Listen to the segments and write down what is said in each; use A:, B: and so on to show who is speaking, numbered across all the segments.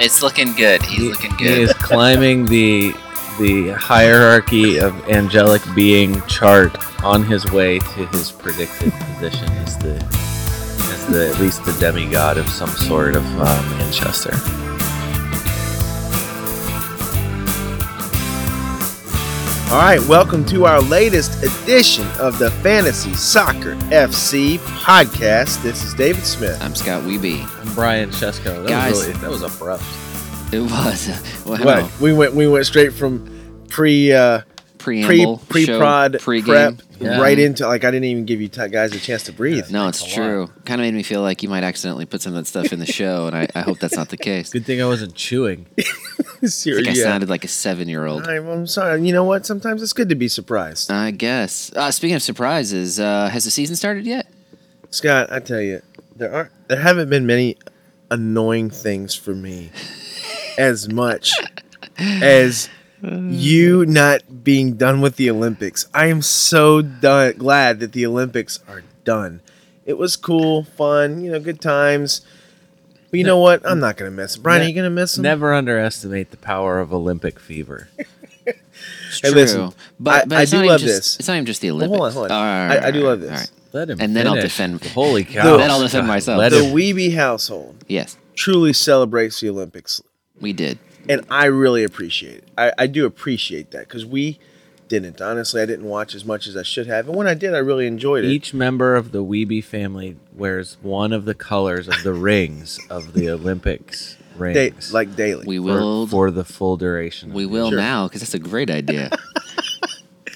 A: It's looking good. He's looking
B: He is
A: good.
B: climbing the the hierarchy of angelic being chart on his way to his predicted position as the as the at least the demigod of some sort of uh, Manchester.
C: All right, welcome to our latest edition of the Fantasy Soccer FC podcast. This is David Smith.
A: I'm Scott Weeby.
B: I'm Brian Chesko. That
A: Guys.
B: was really that was abrupt.
A: It was uh, well,
C: What? We went we went straight from pre uh, pre
A: preamble,
C: pre prod
A: show, pregame.
C: prep
B: Yeah.
C: right into like I didn't even give you ti- guys a chance to breathe.
A: No, it's
B: Thanks a
A: true. Kind of made me feel like you might accidentally put some of that stuff in the show, and I, I hope that's not the case.
B: Good thing I wasn't chewing.
A: I
C: Serious.
A: think I
C: yeah.
A: sounded like a seven-year-old.
C: I'm, I'm sorry. You know what? Sometimes it's good to be surprised.
A: I guess. Uh, speaking of surprises, uh, has the season started yet?
C: Scott, I tell you, there are there haven't been many annoying things for me as much as you not being done with the Olympics. I am so done, glad that the Olympics are done. It was cool, fun, you know, good times. But you know what? I'm not gonna miss. 'em. Brian, are
B: Ne-
C: you gonna miss him?
B: Never underestimate the power of Olympic fever.
A: It's
C: Hey, listen,
A: but,
C: I-
A: but
C: I
A: it's
C: do
A: not even
C: love
A: just,
C: this.
A: It's not even just the
C: Well,
A: Olympics.
C: hold on, hold on.
A: All right,
C: I, I do
A: all
C: love
A: right,
C: this.
A: all right.
B: Let him
A: And then I'll
B: finish.
A: defend-
B: Holy cow!
A: Then I'll defend
B: Scott,
A: myself.
B: Let
C: The
B: him
C: Weeby household
A: Yes,
C: truly celebrates the Olympics
A: we did.
C: and I really appreciate it. I, I do appreciate that because we didn't. Honestly, I didn't watch as much as I should have, and when I did, I really enjoyed it.
B: Each member of the Weeby family wears one of the colors of the rings of the Olympics
C: Da-
B: rings.
C: like daily.
A: We
B: for,
A: will.
B: for the full duration. of
A: we
B: the-
A: will now, 'cause
C: Sure.
A: now because that's a great idea.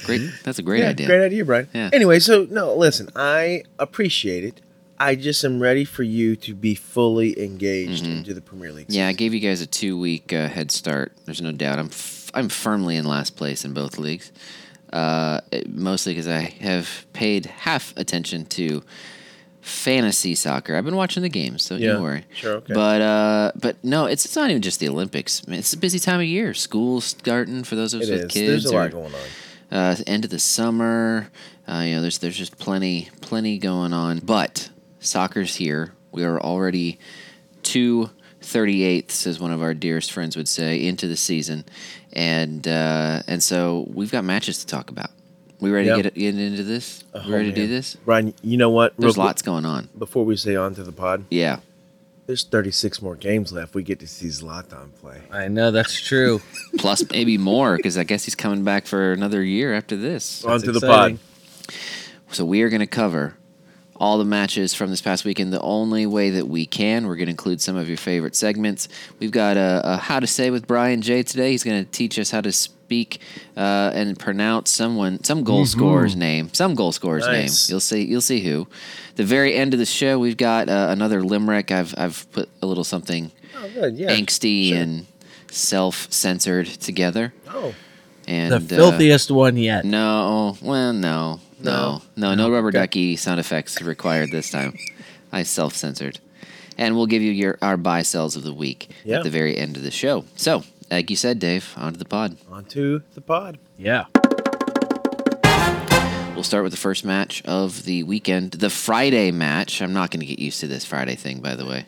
A: great. That's a great
C: yeah,
A: idea.
C: great idea, Brian.
A: Yeah.
C: Anyway, so no, listen, I appreciate it. I just am ready for you to be fully engaged into the Premier League.
A: Mm-hmm. Yeah, I gave you guys a two week uh, head start. There's no doubt. I'm f- I'm firmly in last place in both leagues, uh, it- mostly because I have paid half attention to fantasy soccer. I've been watching the games, so
C: Yeah,
A: don't worry.
C: sure, okay.
A: But uh, but no, it's it's not even just the Olympics. I mean, it's a busy time of year. School's starting for those of us
C: it
A: with
C: is.
A: kids.
C: There's a
A: or-
C: lot going on.
A: uh, end of the summer. Uh, you know, there's there's just plenty plenty going on. But soccer's here. We are already two thirty eighths, as one of our dearest friends would say, into the season, and uh, and so we've got matches to talk about. We ready
C: Yeah.
A: to get, get into this?
C: Oh,
A: we ready to do
C: man.
A: this?
C: Brian, you know what? Real
A: There's
C: quick,
A: lots going on.
C: Before we say on to the pod,
A: Yeah.
C: there's 36 more games left. We get to see Zlatan play.
B: I know that's true.
A: Plus maybe more because I guess he's coming back for another year after this.
C: on to the
B: exciting.
C: pod.
A: So we are going to cover all the matches from this past weekend the only way that we can. We're going to include some of your favorite segments. We've got a, a How to Say with Brian J today. He's going to teach us how to speak uh, and pronounce someone, some goal scorer's name, some goal scorer's
C: Nice.
A: name. You'll see, you'll see who. The very end of the show, we've got uh, another limerick. I've I've put a little something
C: Oh, good. Yeah.
A: angsty
C: sure.
A: and self-censored together.
C: Oh.
A: And
B: The
A: uh,
B: filthiest one yet.
A: no, well, no, no, no, no, rubber ducky sound effects required this time. I self censored, and we'll give you your our buy sells of the week
C: Yeah.
A: at the very end of the show. So, like you said, Dave, onto the pod.
C: On to the pod.
B: Yeah.
A: We'll start with the first match of the weekend, the Friday match. I'm not going to get used to this Friday thing, by the way.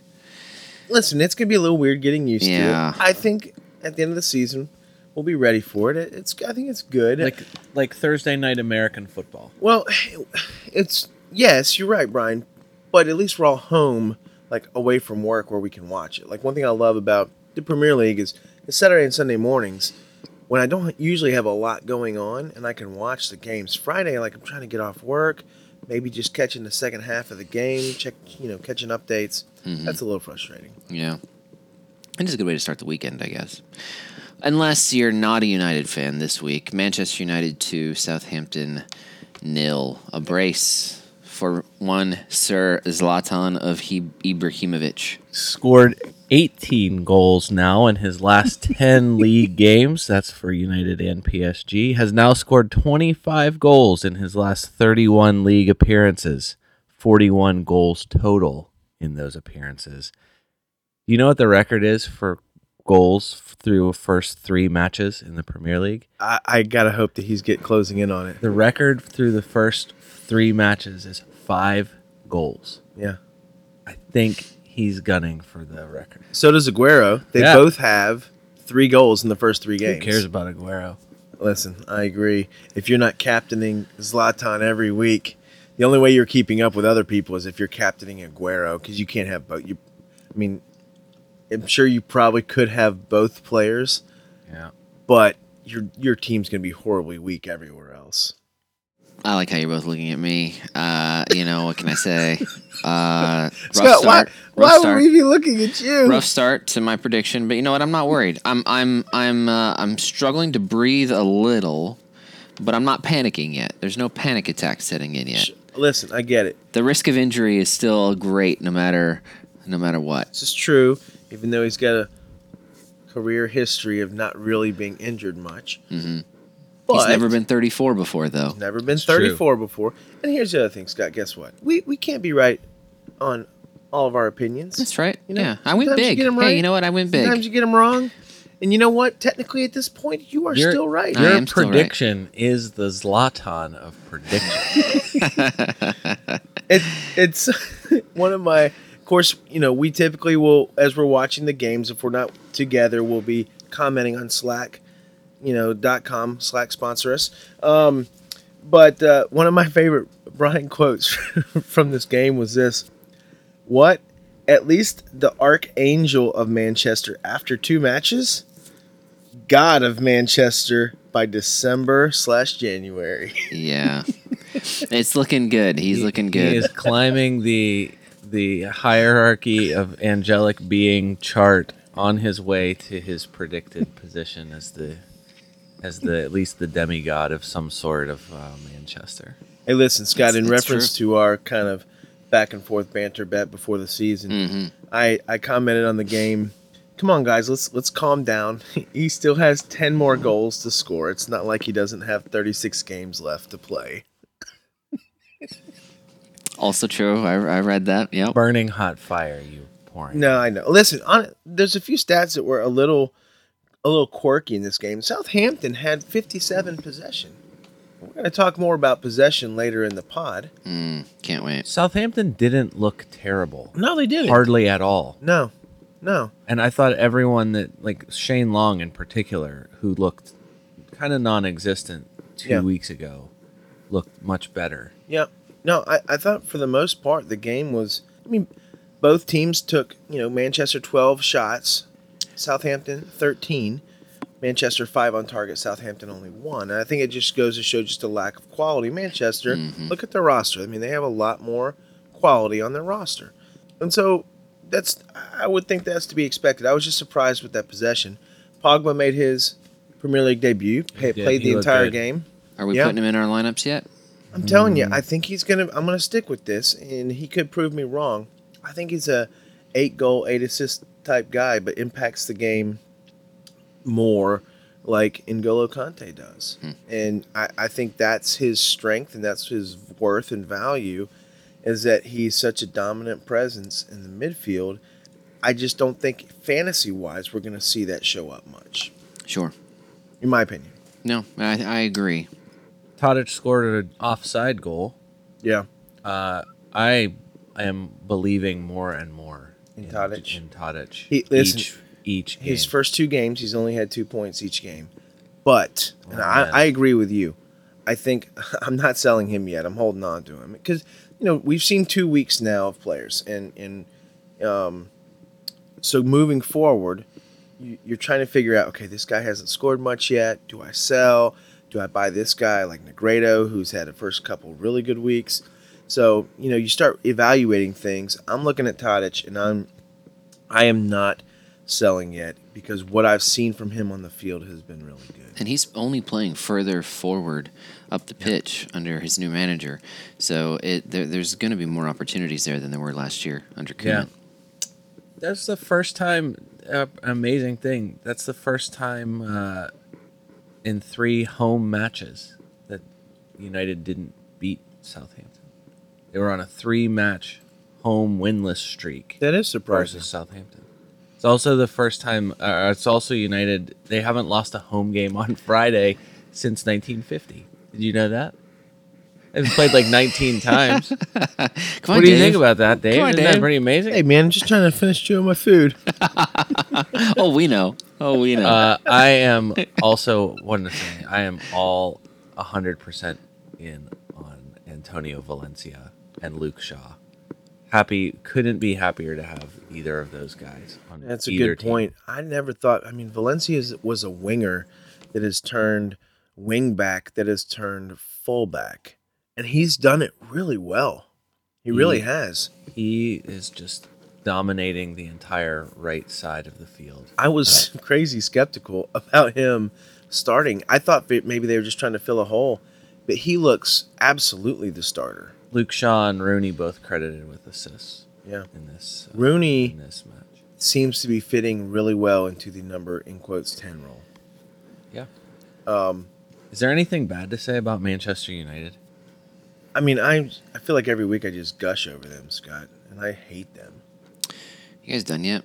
C: listen, it's gonna be a little weird getting used
A: Yeah.
C: to. it. I think at the end of the season, we'll be ready for it. It- It's I think it's good.
B: Like like Thursday night American football.
C: well, it's yes, you're right, Brian. But at least we're all home, like away from work, where we can watch it. Like one thing I love about the Premier League is it's Saturday and Sunday mornings when I don't usually have a lot going on, and I can watch the games. Friday, like I'm trying to get off work, maybe just catching the second half of the game, check you know catching updates. That's a little frustrating.
A: Yeah. And it's a good way to start the weekend, I guess. Unless you're not a United fan this week, Manchester United 2, Southampton nil. A brace for one Sir Zlatan of He- Ibrahimovic.
B: Scored 18 goals now in his last 10 league games. That's for United and PSG. Has now scored 25 goals in his last 31 league appearances. 41 goals total in those appearances. Do you know what the record is for goals through first three matches in the Premier League?
C: I, I gotta hope that he's get closing in on it.
B: The record through the first three matches is five goals.
C: Yeah.
B: I think he's gunning for the record.
C: So does Aguero. They
B: Yeah.
C: both have three goals in the first three games.
B: Who cares about Aguero?
C: Listen, I agree. If you're not captaining Zlatan every week, the only way you're keeping up with other people is if you're captaining Aguero because you can't have both. You, I mean, I'm sure you probably could have both players,
B: Yeah.
C: but your your team's gonna be horribly weak everywhere else.
A: I like how you're both looking at me. Uh, you know what can I say? Uh, rough
C: Scott, why
A: start.
C: why
A: rough
C: would
A: start.
C: we be looking at you?
A: rough start to my prediction, but you know what? I'm not worried. I'm I'm I'm uh, I'm struggling to breathe a little, but I'm not panicking yet. There's no panic attack setting in yet.
C: Listen, I get it.
A: The risk of injury is still great, no matter no matter what.
C: This is true, even though he's got a career history of not really being injured much.
A: Mhm. He's
C: But-
A: never been 34 before, though.
C: Never been
B: It's
C: 34 before. And here's the other thing, Scott. Guess what? We we can't be right on all of our opinions.
A: That's right.
C: You know,
A: yeah, I went
C: sometimes you
A: big.
C: get 'em
A: Hey,
C: right,
A: you know what? I went big.
C: Sometimes you get them wrong, and you know what? Technically, at this point, you are
B: You're-
C: still right.
A: I
B: Your
A: am still right.
B: prediction is the Zlatan of prediction.
C: It, it's one of my. Of course, you know we typically will, as we're watching the games, if we're not together, we'll be commenting on Slack, you know, dot com Slack sponsor us. Um, but uh, one of my favorite Brian quotes from this game was this: "What? At least the Archangel of Manchester after two matches." God of Manchester by December slash January.
A: yeah, it's looking good. He's looking good.
B: He is climbing the the hierarchy of angelic being chart on his way to his predicted position as the as the at least the demigod of some sort of uh, Manchester.
C: Hey, listen, Scott.
A: It's-
C: in
A: it's
C: reference to our kind of back and forth banter bet before the season,
A: Mhm.
C: I I commented on the game. Come on, guys. Let's let's calm down. He still has ten more goals to score. It's not like he doesn't have thirty six games left to play.
A: Also true. I, I read that. Yep.
B: Burning hot fire, you pouring.
C: No, I know. Listen, on there's a few stats that were a little a little quirky in this game. Southampton had fifty seven possession. We're going to talk more about possession later in the pod.
A: Mm, can't wait.
B: Southampton didn't look terrible,
C: No, they didn't.
B: hardly at all.
C: No, no.
B: And I thought everyone that, like Shane Long in particular, who looked kind of non existent two
C: Yeah.
B: weeks ago, looked much better.
C: Yeah. No, I, I thought for the most part the game was. I mean, both teams took, you know, Manchester 12 shots, Southampton 13, Manchester 5 on target, Southampton only 1. And I think it just goes to show just a lack of quality. Manchester,
B: Mm-hmm.
C: look at their roster. I mean, they have a lot more quality on their roster. And so that's, I would think that's to be expected. I was just surprised with that possession. Pogba made his Premier League debut, pa-
B: did.
C: played
B: He
C: the
B: looked
C: entire
B: good.
C: game.
A: Are we
C: Yeah.
A: putting him in our lineups yet?
C: I'm telling you, I think he's gonna. I'm gonna stick with this, and he could prove me wrong. I think he's a eight goal, eight assist type guy, but impacts the game more like N'Golo Conte does, and I, I think that's his strength and that's his worth and value, is that he's such a dominant presence in the midfield. I just don't think fantasy wise we're gonna see that show up much,
A: Sure.
C: in my opinion.
A: No, I, I agree.
B: Tadic scored an offside goal.
C: Yeah,
B: Uh, I am believing more and more
C: In Tadic.
B: In Tadic.
C: He- listen,
B: each, each game.
C: His first two games, he's only had two points each game. But and I,
B: Oh, man.
C: I agree with you. I think I'm not selling him yet. I'm holding on to him because you know we've seen two weeks now of players, and and um, so moving forward, you, you're trying to figure out. Okay, this guy hasn't scored much yet. Do I sell? Do I buy this guy like Negredo, who's had a first couple really good weeks? So you know you start evaluating things. I'm looking at Tadic, and I'm I am not selling yet because what I've seen from him on the field has been really good.
A: And he's only playing further forward up the pitch under his new manager. So it there, there's going to be more opportunities there than there were last year under Koeman.
B: That's the first time. Uh, amazing thing. That's the first time uh, in three home matches that United didn't beat Southampton. They were on a three-match home winless streak
C: That is
B: versus Southampton. It's also the first time. Uh, it's also United. They haven't lost a home game on Friday since 1950. Did you know that? They've played like 19 times.
A: Come on,
B: what do you
A: Dave.
B: think about that, Dave?
A: on,
B: Isn't that
A: Dave.
B: pretty amazing?
C: Hey man, I'm just trying to finish chewing my food.
A: Oh, we know. Oh, we know.
B: Uh, I am also one thing. I am all 100% in on Antonio Valencia and Luke Shaw. Happy couldn't be happier to have either of those guys on
C: That's a
B: either
C: good
B: team.
C: point. I never thought. I mean, Valencia is- was a winger that has turned wing back, that has turned fullback, and he's done it really well. He really has.
B: He is just dominating the entire right side of the field.
C: I was crazy skeptical about him starting. I thought that maybe they were just trying to fill a hole, but he looks absolutely the starter.
B: Luke Shaw and Rooney both credited with assists
C: Yeah.
B: in this uh, in
C: Rooney
B: this match.
C: seems to be fitting really well into the number in quotes 10 role.
B: Yeah.
C: Um,
B: Is there anything bad to say about Manchester United?
C: I mean, I I feel like every week I just gush over them, Scott, and I hate them.
A: you guys done yet?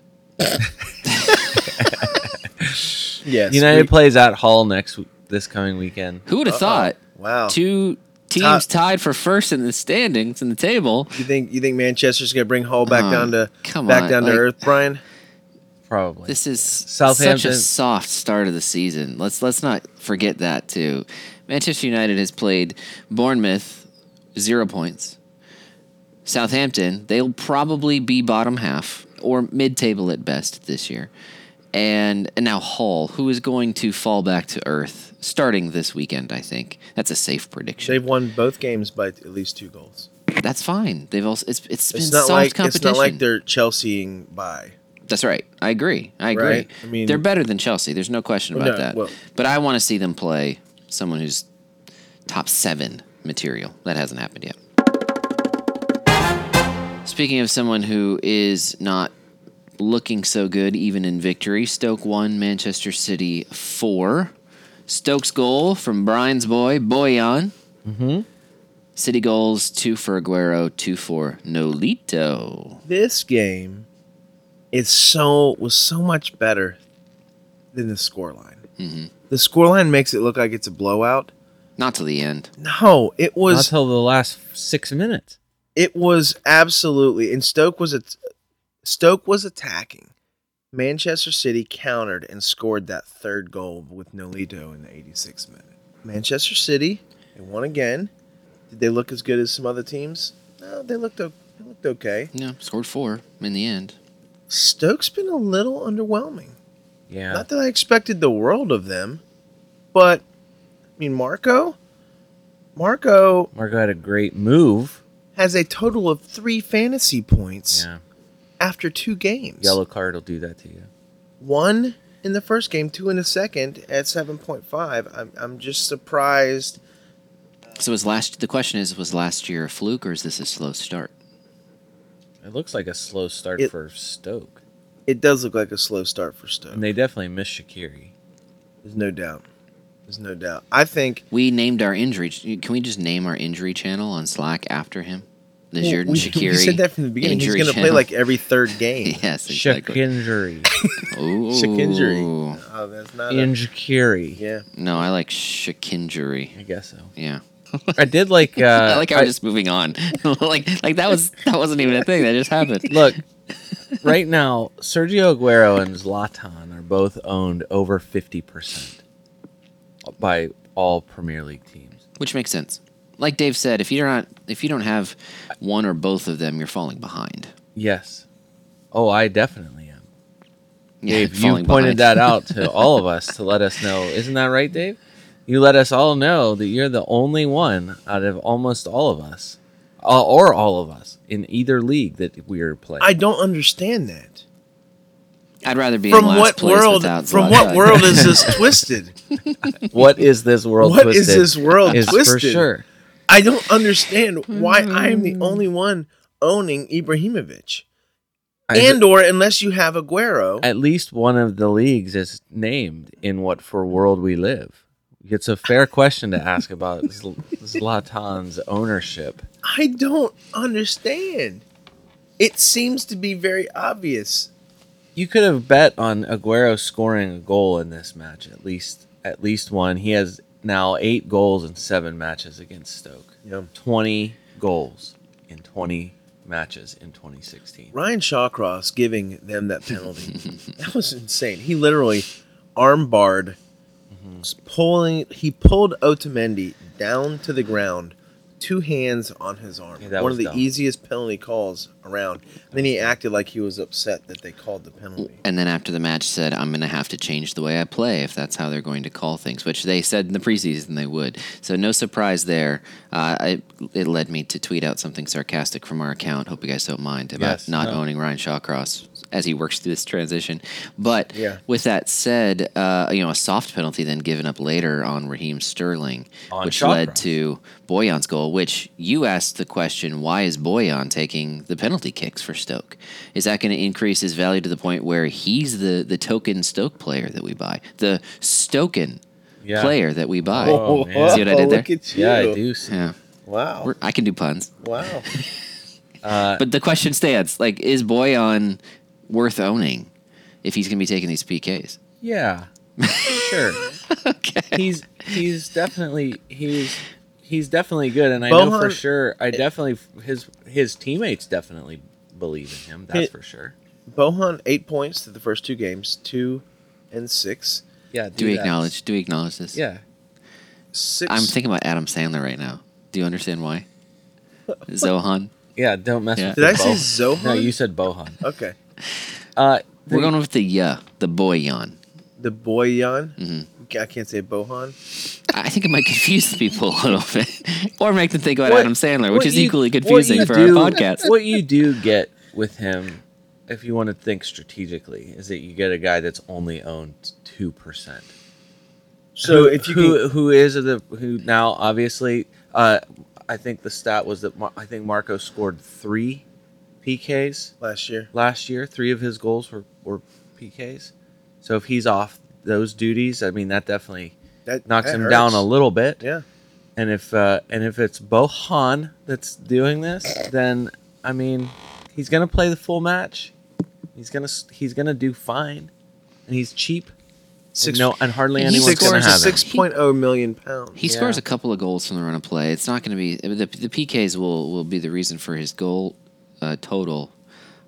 C: Yes.
B: United
C: we-
B: plays at Hull next w- this coming weekend.
A: Who would have
C: Uh-oh.
A: thought
C: Wow.
A: two teams
C: Top-
A: tied for first in the standings in the table?
C: you think you think Manchester's gonna bring Hull back
A: Uh,
C: down to
A: come
C: back
A: on,
C: down to
A: like-
C: earth, Brian?
B: Probably.
A: This is such
B: Southampton-
A: a soft start of the season. Let's let's not forget that too. Manchester United has played Bournemouth zero points. Southampton, they'll probably be bottom half or mid table at best this year. And and now Hull, who is going to fall back to earth starting this weekend, I think. That's a safe prediction.
C: They've won both games by at least two goals.
A: That's fine. They've also it's it's been
C: It's not
A: soft
C: like
A: competition.
C: it's not like they're Chelseaing by.
A: That's right. I agree. I agree.
C: Right? I mean-
A: they're better than Chelsea. There's no question
C: Well,
A: about
C: no,
A: that.
C: well-
A: but I want to see them play someone who's top seven material. That hasn't happened yet. Speaking of someone who is not looking so good, even in victory, Stoke won, Manchester City four. Stoke's goal from Brian's boy Boyan. Mm-hmm. City goals two for Aguero, two for Nolito.
C: This game is so was so much better than the scoreline.
A: Mm-hmm.
C: The scoreline makes it look like it's a blowout.
A: Not till the end.
C: No, it
B: Not
C: was
B: until the last six minutes.
C: it was absolutely and Stoke was at Stoke was attacking. Manchester City countered and scored that third goal with Nolito in the 86th minute. Manchester City they won again. Did they look as good as some other teams? No, they looked o- they looked okay.
A: Yeah, scored four in the end.
C: Stoke's been a little underwhelming.
B: Yeah.
C: Not that I expected the world of them, but I mean Marco Marco
B: Marco had a great move.
C: has a total of 3 fantasy points
B: Yeah.
C: after 2 games.
B: Yellow card will do that to you.
C: one in the first game, two in the second at 7.5. I'm, I'm just surprised.
A: So was last. The question is, was last year a fluke or is this a slow start?
B: It looks like a slow start
C: It-
B: for Stoke.
C: It does look like a slow start for Stoke.
B: And they definitely missed Shakiri.
C: There's no doubt. There's no doubt. I think
A: We named our injury. Can we just name our injury channel on Slack after him? The Jordan
C: we,
A: Shakiri.
C: we said that from the beginning. He's
A: injury
C: going to play
A: channel.
C: like every third game.
A: yes, exactly.
B: Shakinjuri.
A: Ooh.
C: Shakinjuri. Oh, that's not. A,
B: Injakiri.
C: yeah.
A: No, I like Shakinjury.
B: I guess so.
A: Yeah,
B: I did like. Uh,
A: I like how we're just moving on. like, like that was that wasn't even a thing that just happened.
B: Look, right now, Sergio Aguero and Zlatan are both owned over 50% by all Premier League teams.
A: Which makes sense. Like Dave said, if you're not, if you don't have one or both of them, you're falling behind.
B: Yes. Oh, I definitely am.
A: Yeah,
B: Dave, you pointed that out to all of us to let us know. Isn't that right, Dave? You let us all know that you're the only one out of almost all of us, uh, or all of us, in either league that we're playing.
C: I don't understand that.
A: I'd rather be
C: From
A: in last
C: what
A: place
C: world?
A: without
C: From
A: Zlatan.
C: what world is this twisted?
B: what is this world?
C: What is
B: twisted
C: this world
B: is for
C: twisted?
B: sure.
C: I don't understand why I am the
A: Mm-hmm.
C: only one owning Ibrahimovic,
B: I-
C: and or unless you have Aguero.
B: at least one of the leagues is named in what for world we live. It's a fair question to ask about Zl- Zlatan's ownership.
C: I don't understand. It seems to be very obvious.
B: You could have bet on Aguero scoring a goal in this match, at least at least one. He has now eight goals in seven matches against Stoke.
C: Yeah.
B: 20 goals in 20 matches in 2016.
C: Ryan Shawcross giving them that penalty. that was insane. He literally arm barred, s- pulling. He pulled Otamendi down to the ground, two hands on his arm.
B: Yeah, that
C: One
B: was
C: of the
B: dumb.
C: easiest penalty calls around. Then he acted like he was upset that they called the penalty.
A: And then after the match, said, "I'm going to have to change the way I play if that's how they're going to call things," which they said in the preseason they would. So no surprise there. Uh, I, it led me to tweet out something sarcastic from our account. Hope you guys don't mind about
B: Yes,
A: not
B: no.
A: owning Ryan Shawcross as he works through this transition. But
C: Yeah.
A: with that said, uh, you know, a soft penalty then given up later on Raheem Sterling,
B: On
A: which
B: Shawcross.
A: led to Boyan's goal. Which you asked the question: Why is Boyan taking the penalty kicks for Stoke? Is that going to increase his value to the point where he's the the token Stoke player that we buy, the Stoken
B: Yeah.
A: player that we buy?
B: Oh, man.
A: See what I did there?
C: Look at you.
B: Yeah, I do. See.
A: Yeah,
C: Wow.
A: We're- I can do puns.
C: wow.
B: Uh,
A: But the question stands: like, is Boyan worth owning if he's going to be taking these PKs?
B: yeah. Sure.
A: okay.
B: He's he's definitely he's he's definitely good and I know for
C: Bohan-
B: sure I definitely his his teammates definitely believe in him, that's
C: It-
B: for sure.
C: Bohan eight points to the first two games, two and six.
B: Yeah,
A: Do we
B: that.
A: acknowledge? Do we acknowledge this?
B: Yeah.
C: Six.
A: I'm thinking about Adam Sandler right now. Do you understand why? Zohan.
B: Yeah, don't mess
A: Yeah.
B: with
C: Did
B: the
C: I say
B: Bo-
C: Zohan?
B: No, you said Bohan.
C: okay.
B: Uh,
A: We're going with the yeah, the boy yawn.
C: The Boyan.
A: Mhm.
C: I can't say Bohan.
A: I think it might confuse people a little bit, or make them think about
B: What-
A: Adam Sandler, which
B: what
A: is
B: you-
A: equally
B: what you
A: confusing for
B: do-
A: our podcast.
B: What you do get with him, if you want to think strategically, is that you get a guy that's only owned two percent.
C: So if you
B: who
C: can,
B: who is the who now obviously, uh, I think the stat was that Mar- I think Marco scored three PKs
C: last year,
B: last year. Three of his goals were were PKs. So if he's off those duties, I mean that definitely
C: that
B: knocks
C: that
B: him
C: hurts.
B: down a little bit.
C: Yeah,
B: And if uh, and if it's Bohan that's doing this, then I mean, he's gonna play the full match. He's gonna s- he's gonna do fine, and he's cheap.
C: six.
B: no, and hardly
A: He
B: anyone's
C: six,
A: scores
B: gonna
A: a
B: have him.
C: six point oh million pounds.
A: He
B: Yeah.
A: scores a couple of goals from the run of play. It's not going to be the, the PKs will will be the reason for his goal uh, total,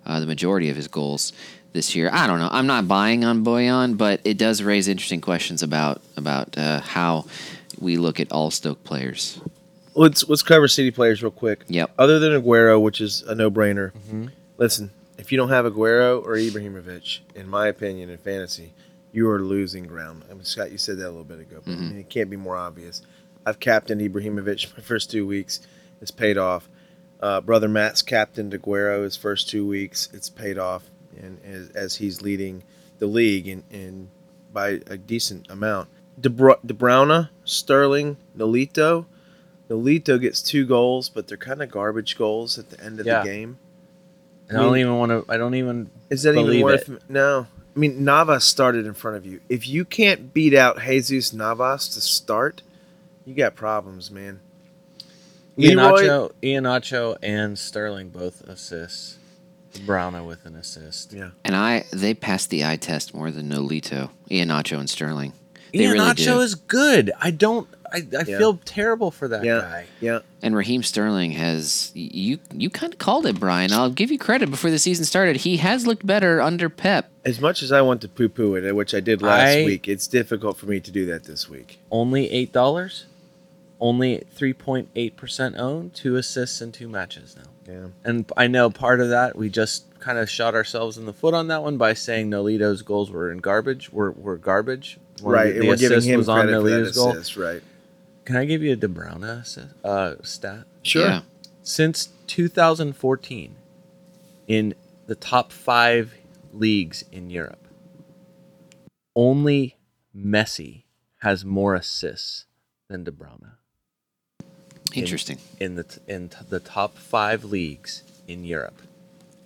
A: uh, the majority of his goals this year. I don't know. I'm not buying on Boyan, but it does raise interesting questions about about uh, how we look at all Stoke players.
C: Let's let's cover City players real quick.
A: Yep.
C: Other than Aguero, which is a no brainer.
B: Mm-hmm.
C: Listen, if you don't have Aguero or Ibrahimovic, in my opinion, in fantasy, you are losing ground. I mean, Scott, you said that a little bit ago. But
A: Mm-hmm.
C: I mean, it can't be more obvious. I've captained Ibrahimovic my first two weeks. It's paid off. Uh, brother Matt's captained Aguero his first two weeks. It's paid off, and as, as he's leading the league in, in by a decent amount. De, Bru- De Bruyne, Sterling, Nolito. Nolito gets two goals, but they're kind of garbage goals at the end of
B: Yeah.
C: the game.
B: And I don't even want to. I don't even.
C: Is that
B: Believe
C: even worth? No. I mean, Navas started in front of you. If you can't beat out Jesus Navas to start, you got problems, man. Leroy-
B: Ianacho, Ianacho, and Sterling both assists. Browna with an assist.
C: Yeah.
A: And I they passed the eye test more than Nolito, Ianacho, and Sterling. They
B: Ianacho
A: really do.
B: is good. I don't. I, I
C: Yeah.
B: feel terrible for that
C: yeah,
B: guy.
C: yeah.
A: And Raheem Sterling has y- you you kind of called it, Brian. I'll give you credit before the season started. He has looked better under Pep.
C: As much as I want to poo-poo it, uh, which I did last
B: I-
C: week, it's difficult for me to do that this week.
B: Only eight dollars. Only three point eight percent owned. Two assists and two matches now.
C: Yeah.
B: And I know part of that we just kind of shot ourselves in the foot on that one by saying Nolito's goals were in garbage. Were were garbage. One of
C: right.
B: the-
C: And
B: the
C: we're giving
B: assist
C: him
B: was on
C: credit for that
B: Nolito's goal.
C: assist, right?
B: Can I give you a De Bruyne assist, uh, stat?
C: Sure.
A: Yeah.
B: Since 2014, in the top five leagues in Europe, only Messi has more assists than De Bruyne
A: Interesting.
B: in the t- in t- the top five leagues in Europe.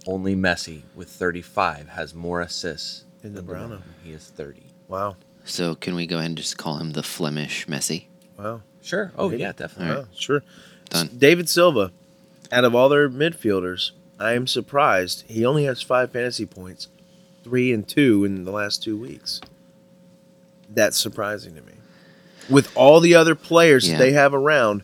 B: Only Messi with 35 has more assists
C: Than
B: than
C: De
B: De
C: Bruyne.
B: Bruyne. He has 30.
C: Wow.
A: So can we go ahead and just call him the Flemish Messi?
C: Wow.
B: Sure. Oh
C: Really?
B: yeah, definitely.
A: All
C: Wow. Sure.
A: Done.
C: David Silva, out of all their midfielders, I am surprised he only has five fantasy points, three and two in the last two weeks. That's surprising to me. with all the other players
A: Yeah.
C: that they have around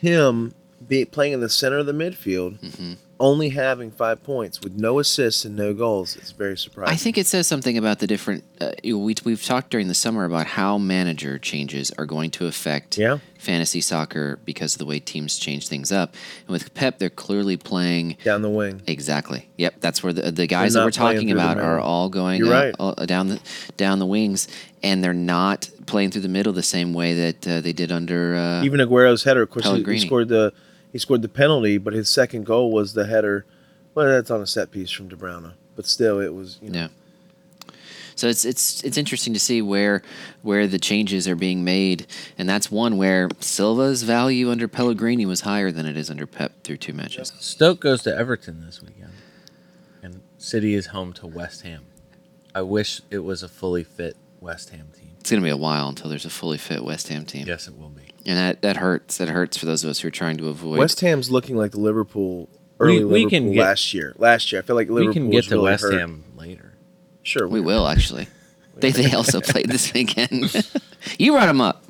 C: him be, playing in the center of the midfield
A: Mm-hmm.
C: only having five points with no assists and no goals it's very surprising
A: I think it says something about the different. Uh, you know, we, we've talked during the summer about how manager changes are going to affect
C: Yeah.
A: fantasy soccer because of the way teams change things up. And with Pep, they're clearly playing
C: down the wing
A: Exactly. Yep. That's where the, the guys that
C: not
A: we're
C: playing
A: talking
C: through the
A: about
C: middle.
A: are all going
C: You're
A: out-
C: right.
A: all- down the down the wings, and they're not playing through the middle the same way that uh, they did under. Uh,
C: even Aguero's header of course he, he
A: Pellegrini.
C: scored the he scored the penalty but his second goal was the header well that's on a set piece from De Bruyne but still it was you know
A: yeah. So it's it's it's interesting to see where where the changes are being made, and that's one where Silva's value under Pellegrini was higher than it is under Pep through two matches.
B: Stoke goes to Everton this weekend, and City is home to West Ham. I wish it was a fully fit West Ham team.
A: It's gonna be a while until there's a fully fit West Ham team,
B: Yes, it will be.
A: and that, that hurts. That hurts for those of us who are trying to avoid.
C: West Ham's looking like the Liverpool early
B: we can
C: Liverpool
B: get-
C: last year last year I feel like Liverpool
B: we can get to
C: really
B: West
C: hurt.
B: Ham later.
C: sure
A: We will actually. They they also played this weekend. you brought them up.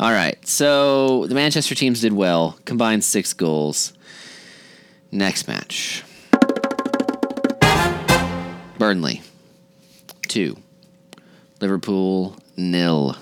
A: All right. So the Manchester teams did well, combined six goals. Next match, Burnley two, Liverpool nil.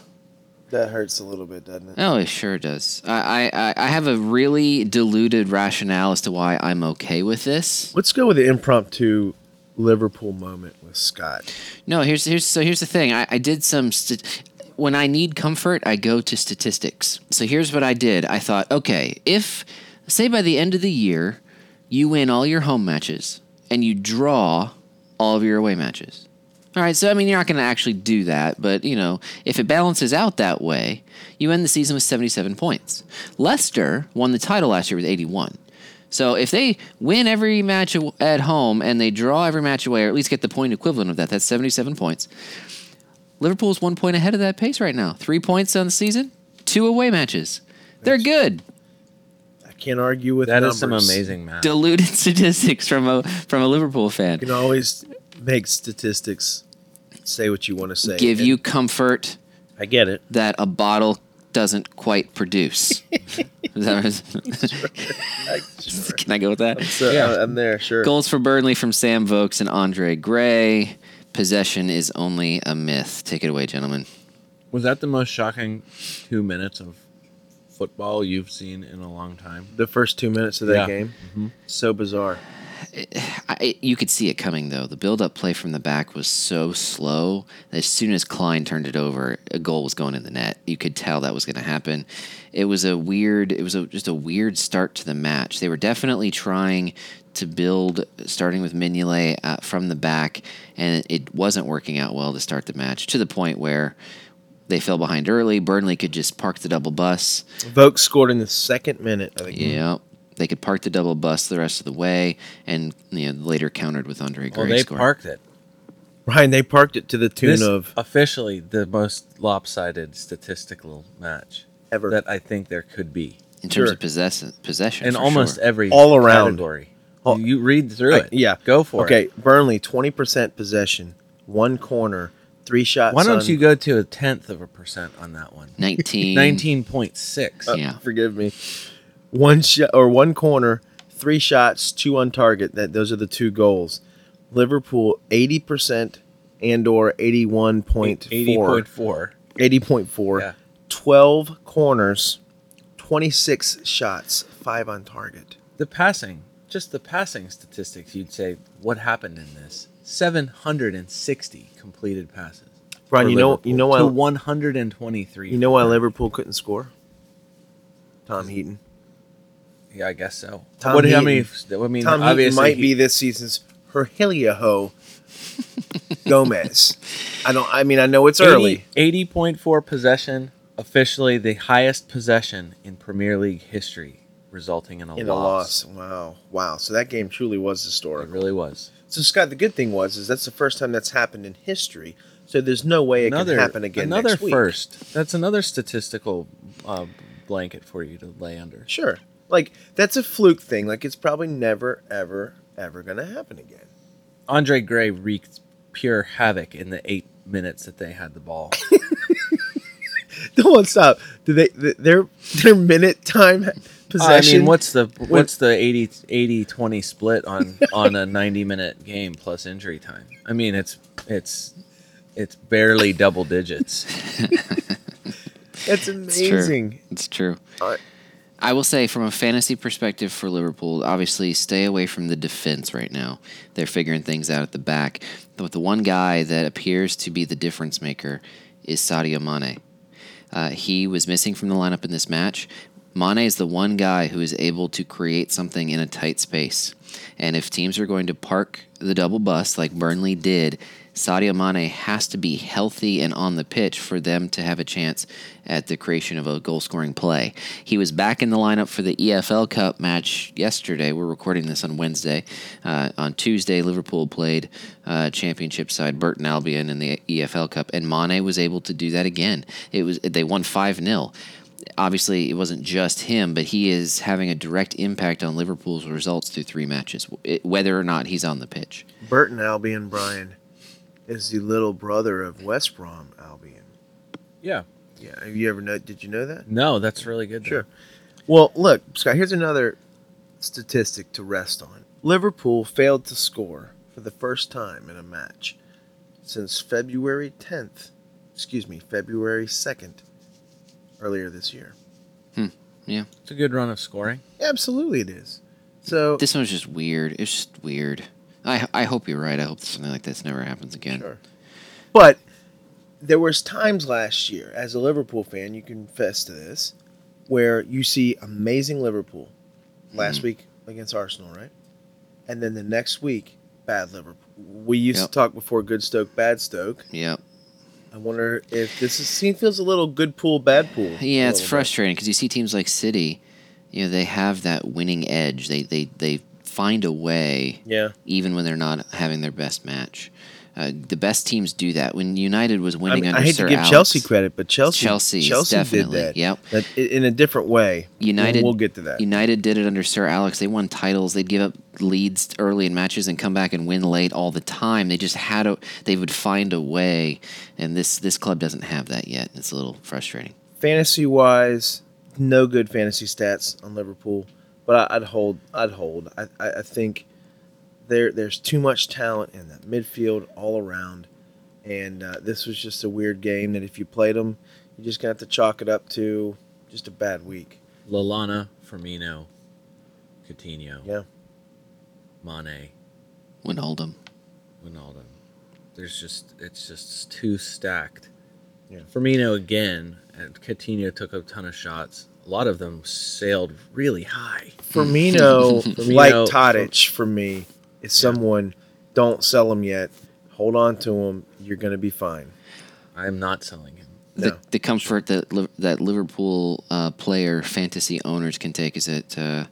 C: that hurts a little bit doesn't it
A: Oh, it sure does. I, I- I I have a really diluted rationale as to why I'm okay with this.
C: Let's go with the impromptu Liverpool moment with Scott.
A: No, here's here's so here's the thing. I, I did some. St- when I need comfort, I go to statistics. So here's what I did. I thought, okay, if say by the end of the year, you win all your home matches and you draw all of your away matches. All right, so I mean, you're not going to actually do that, but you know, if it balances out that way, you end the season with 77 points. Leicester won the title last year with 81. So if they win every match aw- at home and they draw every match away, or at least get the point equivalent of that, that's 77 points. Liverpool's one point ahead of that pace right now. Three points on the season, two away matches. They're good.
C: I can't argue with
B: That
C: numbers.
B: is some amazing math.
A: Diluted statistics from a from a Liverpool fan.
C: You can always make statistics say what you want to say.
A: Give
C: and
A: you comfort
C: I get it.
A: that a bottle doesn't quite produce. Is that-
C: I, sure.
A: Can I go with that?
C: So
B: Yeah.
C: yeah. I'm there. Sure.
A: Goals for Burnley from Sam Vokes and Andre Gray. Possession is only a myth. Take it away, gentlemen.
B: Was that the most shocking two minutes of football you've seen in a long time?
C: The first two minutes of that
B: Yeah. Mm-hmm.
C: game, so bizarre.
A: I, it- you could see it coming though. The build-up play from the back was so slow. that As soon as Klein turned it over, a goal was going in the net. You could tell that was going to happen. It was a weird. It was a, just a weird start to the match. They were definitely trying to build, starting with Mignolet uh, from the back, and it wasn't working out well to start the match. To the point where they fell behind early. Burnley could just park the double bus.
C: Vogue scored in the second minute. I think.
A: Yeah. They could park the double bus the rest of the way, and you know, later countered with Andre Gray
B: Well, they
A: scoring.
B: parked it.
C: Ryan, they parked it to the tune
B: This
C: of
B: officially the most lopsided statistical match
C: ever.
B: that I think there could be
A: in terms
C: Sure.
A: of possess- possession.
B: in
A: for
B: almost
A: sure.
B: every
C: All around.
B: category.
C: All-
B: you read through
C: I-
B: it.
C: yeah.
B: go for it.
C: okay. Burnley, twenty percent possession, one corner, three shots.
B: Why don't
C: on-
B: you go to a tenth of a percent on that one?
A: 19,
B: 19.6.
C: Uh,
A: yeah.
C: forgive me. One shot or one corner, three shots, two on target. That those are the two goals. Liverpool eighty percent and or eighty one point four.
B: 80.4.
C: Eighty point four.
B: Yeah.
C: Twelve corners, twenty six shots, five on target.
B: The passing, just the passing statistics, you'd say, what happened in this? 760 completed passes.
C: Brian,
B: for
C: you know
B: Liverpool
C: you know
B: to
C: why
B: 123.
C: you know why Liverpool couldn't score? Tom Heaton.
B: Yeah, I guess so.
C: Tom
B: what, how
C: Heaton.
B: many, I mean,
C: Tom Heaton
B: obviously
C: might
B: he-
C: be this season's Hergilio Gomez. I don't I mean I know it's
B: 80
C: early.
B: 80.4 possession, officially the highest possession in Premier League history, resulting in a
C: in
B: loss.
C: a loss. Wow, wow. So that game truly was
B: It
C: historic.
B: really was.
C: So Scott, the good thing was is that's the first time that's happened in history. So there's no way it can happen again.
B: Another
C: next week.
B: first. That's another statistical uh, blanket for you to lay under.
C: Sure. Like that's a fluke thing. Like it's probably never, ever, ever gonna happen again.
B: Andre Gray wreaked pure havoc in the eight minutes that they had the ball.
C: Don't want to stop. Do they th- their their minute time possession?
B: I mean, what's the what's the 80, 80 20 split on on a 90 minute game plus injury time? I mean, it's it's it's barely double digits.
C: that's amazing.
A: It's true.
C: Alright.
A: I will say, from a fantasy perspective for Liverpool, obviously stay away from the defense right now. They're figuring things out at the back. But the one guy that appears to be the difference maker is Sadio Mane. Uh, he was missing from the lineup in this match. Mane is the one guy who is able to create something in a tight space. And if teams are going to park the double bus like Burnley did, Sadio Mane has to be healthy and on the pitch for them to have a chance at the creation of a goal scoring play. He was back in the lineup for the EFL Cup match yesterday. We're recording this on Wednesday. Uh, on Tuesday, Liverpool played uh, championship side Burton Albion in the EFL Cup, and Mane was able to do that again. It was they won 5 0 obviously it wasn't just him, but he is having a direct impact on Liverpool's results through three matches, w- it- whether or not he's on the pitch.
C: Burton Albion Brian is the little brother of West Brom Albion.
B: Yeah.
C: Yeah, have you ever know? Did you know that?
B: No, that's really good. though.
C: Sure. Well, look, Scott, here's another statistic to rest on. Liverpool failed to score for the first time in a match since February 10th, excuse me, February 2nd, earlier this year.
B: It's a good run of scoring.
C: Absolutely, it is. So,
A: This one's just weird. It's just weird. I, I hope you're right. I hope something like this never happens again.
C: Sure. But there was times last year, as a Liverpool fan, you confess to this, where you see amazing Liverpool
A: Mm.
C: last week against Arsenal, right? And then the next week, bad Liverpool. We used
A: Yep.
C: to talk before good Stoke, bad Stoke.
A: Yep.
C: I wonder if this is, scene feels a little good pool, bad pool.
A: Yeah,
C: a
A: it's
C: little bit.
A: frustrating because you see teams like City, you know, they have that winning edge. They they they find a way
C: Yeah.
A: even when they're not having their best match. Uh, the best teams do that. When United was
C: I,
A: winning
C: mean,
A: under
C: I hate
A: Sir
C: to give
A: Alex-
C: Chelsea credit, but Chelsea
A: Chelsea,
C: Chelsea did
A: definitely.
C: that.
A: Yep.
C: That i- in a different way. and
A: United-
C: We'll get to that.
A: United did it under Sir Alex. They won titles. They'd give up leads early in matches and come back and win late all the time. They just had a they would find a way, and this this club doesn't have that yet. It's a little frustrating.
C: fantasy wise, no good fantasy stats on Liverpool, but I, I'd hold. I'd hold. I, I, I think there there's too much talent in that midfield all around, and uh, this was just a weird game that if you played them, you just gonna have to chalk it up to just a bad week.
B: Lalana, Firmino, Coutinho,
C: Yeah.
B: Mane,
A: Wijnaldum.
B: Ronaldo. There's just it's just too stacked.
C: Yeah.
B: Firmino again, and Coutinho took a ton of shots. A lot of them sailed really high.
C: Firmino,
B: Firmino-
C: like Tadic for me, is someone. Don't sell him yet. Hold on to him. You're gonna be fine.
B: I'm not selling him.
A: The,
C: No,
A: the comfort that Liv- that Liverpool uh, player fantasy owners can take is that uh,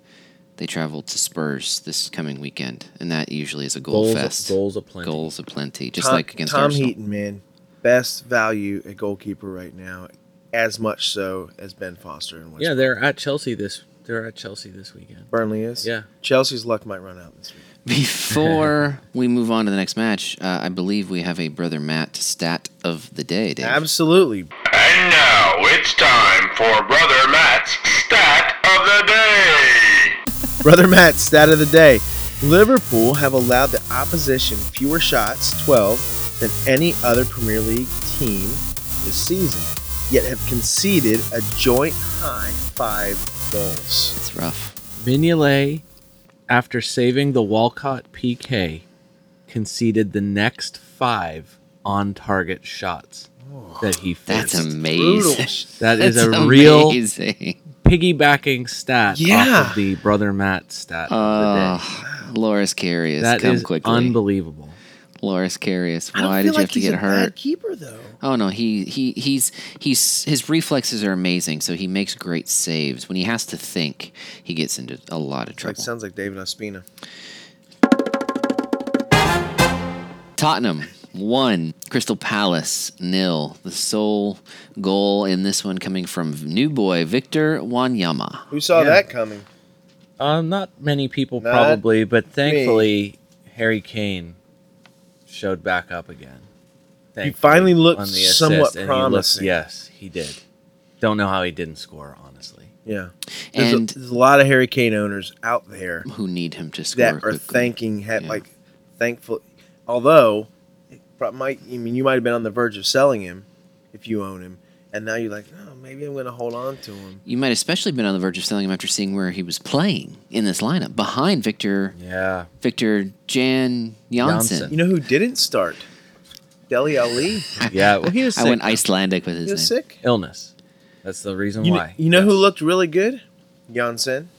A: they travel to Spurs this coming weekend, and that usually is a goal
B: Goals,
A: fest.
B: goals aplenty.
A: Goals aplenty, just
C: Tom,
A: like against
C: Tom
A: Arsenal.
C: Heaton, man, best value at goalkeeper right now, as much so as Ben Foster and West
B: Yeah, they're at Chelsea this. They're at Chelsea this weekend.
C: Burnley is.
B: Yeah.
C: Chelsea's luck might run out this week.
A: Before we move on to the next match, uh, I believe we have a brother Matt stat of the day. Dave.
C: Absolutely.
D: And now it's time for Brother Matt's Stat of the Day.
C: Brother Matt, stat of the day. Liverpool have allowed the opposition fewer shots, 12, than any other Premier League team this season, yet have conceded a joint high five goals.
A: It's rough.
B: Mignolet, after saving the Walcott PK, conceded the next five on-target shots that he faced.
A: That's amazing.
C: Brutal.
B: That is
A: That's
B: a real
A: amazing.
B: piggybacking stat off
C: Yeah.
B: of the brother Matt stat
A: Uh,
B: of the day.
A: Loris Karius,
B: That
A: come
B: is
A: quickly.
B: unbelievable.
A: Loris Karius,
C: I don't
A: why
C: feel
A: did you
C: like
A: have to
C: he's
A: get
C: a bad
A: hurt?
C: keeper, though.
A: Oh no, he he he's he's his reflexes are amazing, so he makes great saves. When he has to think, he gets into a lot of
C: Like,
A: trouble.
C: sounds like David Ospina.
A: Tottenham one, Crystal Palace nil. The sole goal in this one coming from new boy Victor Wanyama.
C: Who saw
B: Yeah.
C: that coming?
B: Um, not many people
C: Not
B: probably, but thankfully Harry Kane showed back up again.
C: finally looked
B: on the assist, and
C: somewhat
B: he looked-
C: promising.
B: yes, he did. Don't know how he didn't score, honestly.
C: Yeah. There's,
A: and
C: a, there's a lot of Harry Kane owners out there
A: who need him to score
C: that are
A: quickly.
C: thanking, ha-
A: uh, Yeah.
C: like, thankful. Although, it prob- might I mean you might have been on the verge of selling him if you own him, and now you're like, oh, maybe I'm going to hold on to him.
A: you might especially been on the verge of selling him after seeing where he was playing in this lineup behind Victor
B: Yeah.
A: Victor Jan Janssen.
C: You know who didn't start? Deli Ali.
B: Yeah. Well, he was
A: I
B: sick.
A: went Icelandic with his
C: He
A: name.
C: was sick.
B: illness. That's the reason
C: You, kn-
B: why.
C: you know who
B: Yes.
C: looked really good? Janssen.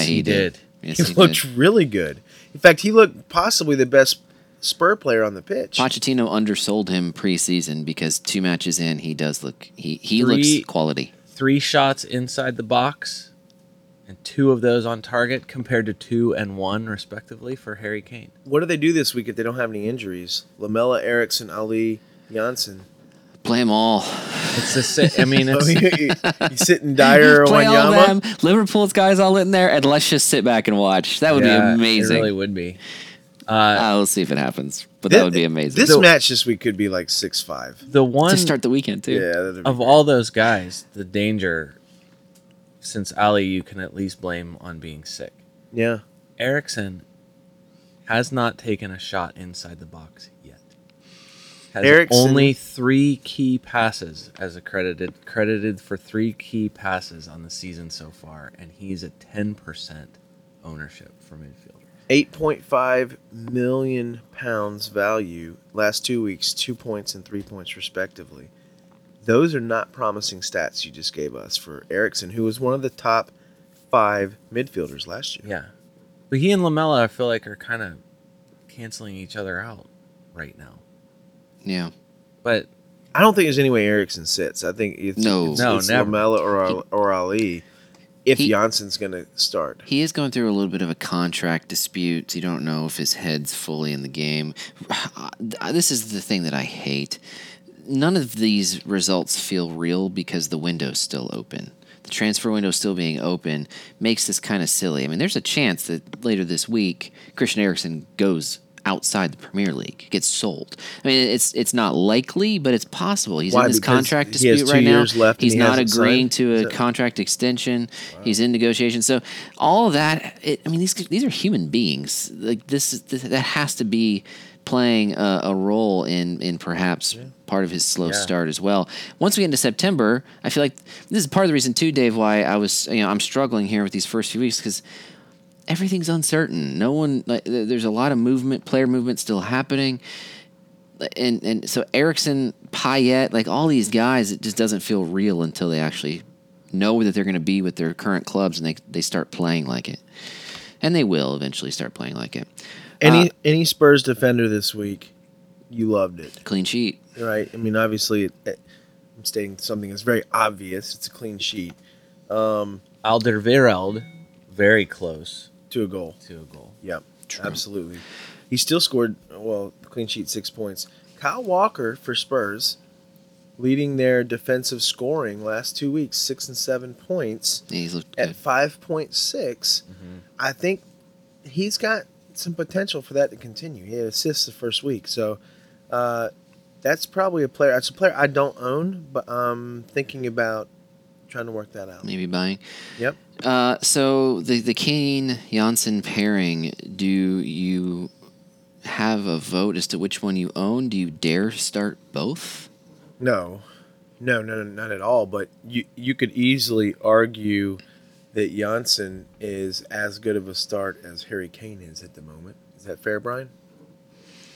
A: Yeah,
B: he,
A: he
B: did.
A: did. Yes,
C: He,
A: he did.
C: looked really good. In fact, he looked possibly the best Spur player on the pitch.
A: Pochettino undersold him preseason because two matches in, he does look he he
B: Three-
A: looks quality.
B: Three shots inside the box, and two of those on target, compared to two and one respectively for Harry Kane.
C: What do they do this week if they don't have any injuries? Lamella, Erickson, Ali, Janssen.
A: Play them all.
B: It's the same. I mean,
C: So
B: it's,
C: you, you, you sit in Dyer or
A: Play all
C: Wanyama.
A: them. Liverpool's guys all in there, and let's just sit back and watch. That would
B: yeah,
A: be amazing.
B: It really would be. Uh,
A: I'll see if it happens, but
C: Thi-
A: that would be amazing.
C: This
A: So-
C: match this week could be like six five.
B: the one
A: to start the weekend too.
C: Yeah, that'd be-
B: of all those guys, the danger, since Ali, you can at least blame on being sick.
C: yeah.
B: Erickson has not taken a shot inside the box yet. Has
C: Eriksen-
B: only three key passes as accredited credited for three key passes on the season so far, and he's at ten percent ownership for midfielder.
C: Eight point five million pounds value last two weeks, two points and three points respectively. Those are not promising stats you just gave us for Erickson, who was one of the top five midfielders last year.
B: Yeah. But he and Lamella I feel like are kind of canceling each other out right now.
A: Yeah.
B: But
C: I don't think there's any way Erickson sits. I think it's,
A: No.
C: it's,
B: No,
C: it's
B: never.
C: Lamella or, Al- or Ali if
A: He- Uh,
C: Janssen's going to start.
A: He is going through a little bit of a contract dispute. You don't know if his head's fully in the game. This is the thing that I hate. None of these results feel real because the window's still open. The transfer window still being open makes this kind of silly. I mean, there's a chance that later this week Christian Eriksen goes outside the Premier League, gets sold. I mean, it's it's not likely, but it's possible. He's
C: Why?
A: in this
C: Because
A: contract
C: he
A: dispute
C: has two
A: right
C: years
A: now.
C: left and
A: He's
C: he
A: not
C: hasn't
A: agreeing
C: signed?
A: to
C: Is
A: a
C: that-
A: contract extension. He's in negotiation. So all of that. It, I mean, these these are human beings. Like this, is, th that has to be playing a, a role in in perhaps part of his slow
B: Yeah.
A: start as well. Once we get into September, I feel like this is part of the reason too, Dave. Why I was you know I'm struggling here with these first few weeks because everything's uncertain. No one like th- there's a lot of movement, player movement still happening. And and so Erickson, Payet, like all these guys, it just doesn't feel real until they actually know that they're going to be with their current clubs and they they start playing like it. And they will eventually start playing like it.
C: Any any Spurs defender this week, you loved it.
A: Clean sheet.
C: right? I mean, obviously, it, it- I'm stating something that's very obvious. It's a clean sheet um,
B: Alderweireld, very close
C: to a goal.
B: to a goal.
C: Yep, absolutely. He still scored. Well, clean sheet six points. Kyle Walker for Spurs, leading their defensive scoring last two weeks, six and seven points
A: Yeah, he's looked
C: at
A: good.
C: five point six. I think he's got some potential for that to continue. He had assists the first week, so uh, that's probably a player. That's a player I don't own, but I'm thinking about trying to work that out.
A: Maybe buying.
C: Yep.
A: Uh, so the the Kane Janssen pairing. Do you have a vote as to which one you own? Do you dare start both?
C: No, no, no, no, not at all. But you you could easily argue that Janssen is as good of a start as Harry Kane is at the moment. Is that fair, Brian?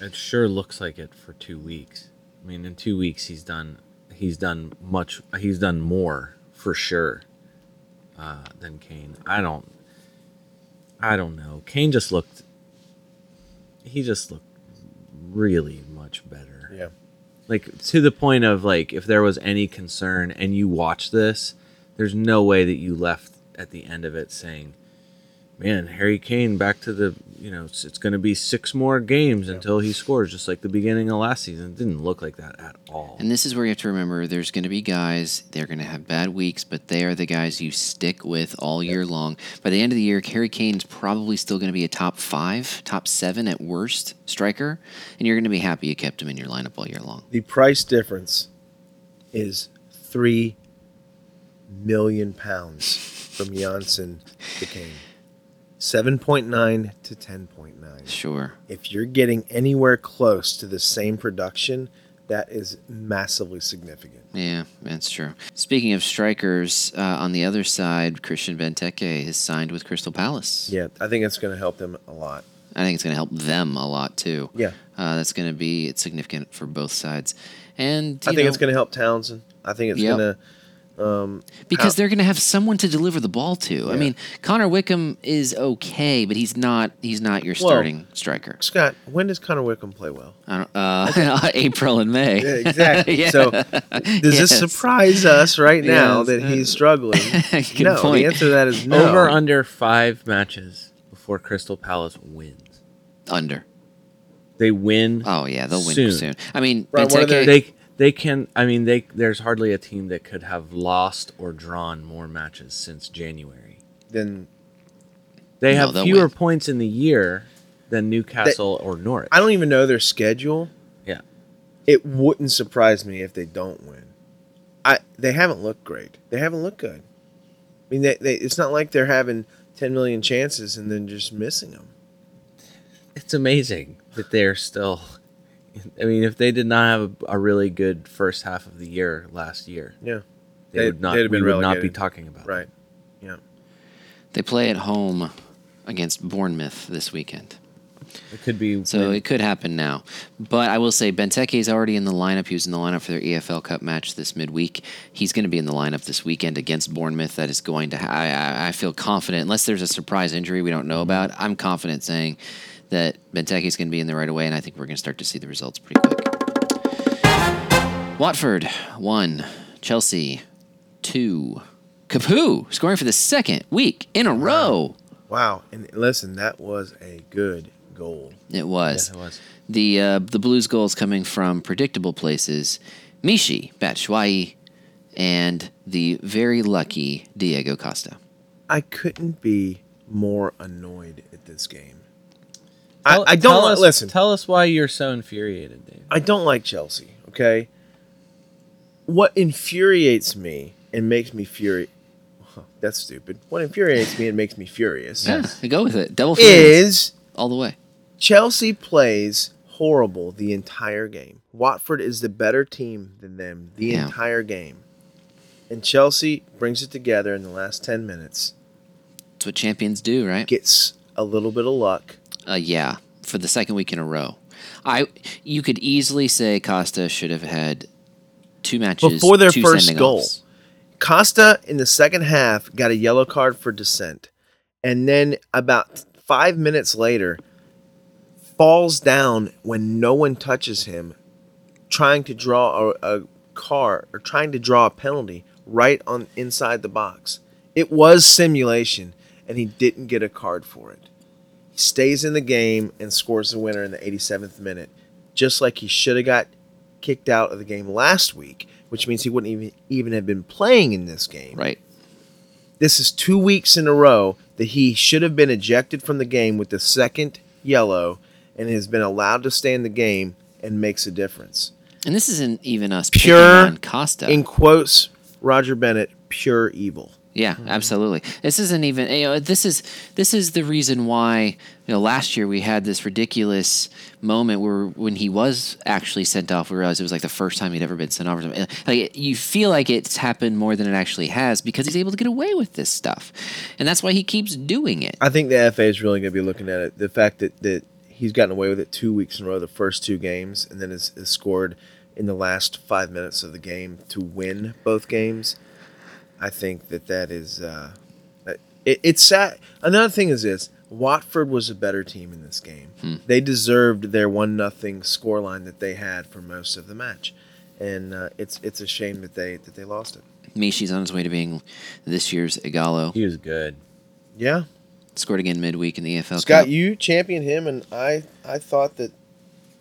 B: It sure looks like it for two weeks. I mean, in two weeks he's done. He's done much. He's done more for sure uh, than Kane. I don't. I don't know. Kane just looked. He just looked really much better.
C: Yeah.
B: Like to the point of like, if there was any concern, and you watch this, there's no way that you left at the end of it saying, man, Harry Kane back to the you know it's, it's going to be six more games until he scores, just like the beginning of last season. It didn't look like that at all.
A: And this is where you have to remember there's going to be guys, they're going to have bad weeks, but they are the guys you stick with all year long. By the end of the year, Harry Kane's probably still going to be a top five, top seven at worst striker, and you're going to be happy you kept him in your lineup all year long.
C: The price difference is three million pounds from Janssen to Kane. 7.9 to 10.9.
A: Sure.
C: If you're getting anywhere close to the same production, that is massively significant.
A: Yeah, that's true. Speaking of strikers, uh, on the other side, Christian Benteke has signed with Crystal Palace.
C: Yeah, I think it's going to help them a lot.
A: I think it's going to help them a lot too.
C: Yeah.
A: Uh, that's going to be it's significant for both sides, and
C: I
A: you
C: think
A: know,
C: it's going to help Townsend. I think it's
A: Yep.
C: going to
A: because
C: how-
A: they're going to have someone to deliver the ball to. I
C: Yeah.
A: mean, Connor Wickham is okay, but he's not he's not your
C: Well-
A: starting striker.
C: Scott, when does Connor Wickham play well?
A: I don't, uh, April and May.
C: Yeah, exactly.
A: Yeah.
C: So does this
A: Yes.
C: surprise us right now
A: Yes.
C: that he's struggling?
A: Good
C: no,
A: point.
C: the answer to that is no.
B: Over under five matches before Crystal Palace wins.
A: under?
B: They win.
A: Oh yeah, they'll win soon.
B: Soon.
A: I mean,
C: Right, what are
A: Benteke-
B: they they can. I mean, they there's hardly a team that could have lost or drawn more matches since January.
C: then
B: They
A: No,
B: have
A: they'll
B: fewer
A: win.
B: points in the year than Newcastle or Norwich.
C: I don't even know their schedule.
B: yeah,
C: It wouldn't surprise me if they don't win. I they haven't looked great. They haven't looked good. I mean, they, they it's not like they're having ten million chances and then just missing them.
B: it's amazing that they're still. I mean, if they did not have a, a really good first half of the year last year,
C: Yeah,
B: they
C: They'd-
B: would not.
C: they'd have been
B: we would not be
C: relegated.
B: talking about
C: right.
A: They play at home against Bournemouth this weekend.
B: It. it could be
A: So it could happen now. But I will say Benteke is already in the lineup. He was in the lineup for their EFL Cup match this midweek. He's going to be in the lineup this weekend against Bournemouth. That is going to. Ha- I, I- I feel confident, unless there's a surprise injury we don't know about. I'm confident saying that Benteke is going to be in there right away, and I think we're going to start to see the results pretty quick. Watford one, Chelsea two. Kapoo scoring for the second week in a row.
C: Wow. And listen, that was a good goal.
A: It was.
B: it was.
A: The uh, the Blues goals coming from predictable places, Mishi Batshuayi, and the very lucky Diego Costa.
C: I couldn't be more annoyed at this game.
B: Tell-
C: I, I don't
B: tell
C: li-
B: us,
C: listen.
B: Tell us why you're so infuriated, Dave.
C: I don't like Chelsea. Okay. What infuriates me and makes me furious. That's stupid. What infuriates me and makes me furious
A: Yeah, go with it. Double fingers
C: is
A: all the way.
C: Chelsea plays horrible the entire game. Watford is the better team than them the
A: Yeah.
C: entire game. And Chelsea brings it together in the last 10 minutes,
A: It's what champions do, right?
C: gets a little bit of luck.
A: Uh, yeah, for the second week in a row. I you could easily say Costa should have had two matches
C: Before their
A: two
C: first
A: sending
C: goal.
A: offs.
C: Costa in the second half got a yellow card for dissent. And then about five minutes later, falls down when no one touches him, trying to draw a, a car or trying to draw a penalty right on inside the box. It was simulation, and he didn't get a card for it. He stays in the game and scores the winner in the 87th minute, just like he should have got kicked out of the game last week, which means he wouldn't even even have been playing in this game.
A: Right.
C: This is two weeks in a row that he should have been ejected from the game with the second yellow and has been allowed to stay in the game and makes a difference.
A: And this isn't even us
C: Pure
A: picking on Costa.
C: In quotes, Roger Bennett, pure evil.
A: Yeah, absolutely. This isn't even you know this is this is the reason why you know last year we had this ridiculous moment where when he was actually sent off, we realized it was like the first time he'd ever been sent off. Or something. Like you feel like it's happened more than it actually has because he's able to get away with this stuff, and that's why he keeps doing it.
C: I think the FA is really going to be looking at it. The fact that, that he's gotten away with it two weeks in a row, the first two games, and then has, has scored in the last five minutes of the game to win both games. I think that that is. Uh, it, it's sad. Another thing is this: Watford was a better team in this game. They deserved their one nothing scoreline that they had for most of the match, and uh, it's it's a shame that they that they lost it.
A: Mishi's on his way to being this year's Igalo.
B: He was good.
C: Yeah,
A: Scored again midweek in the AFL
C: Scott,
A: Cup.
C: you championed him, and I, I thought that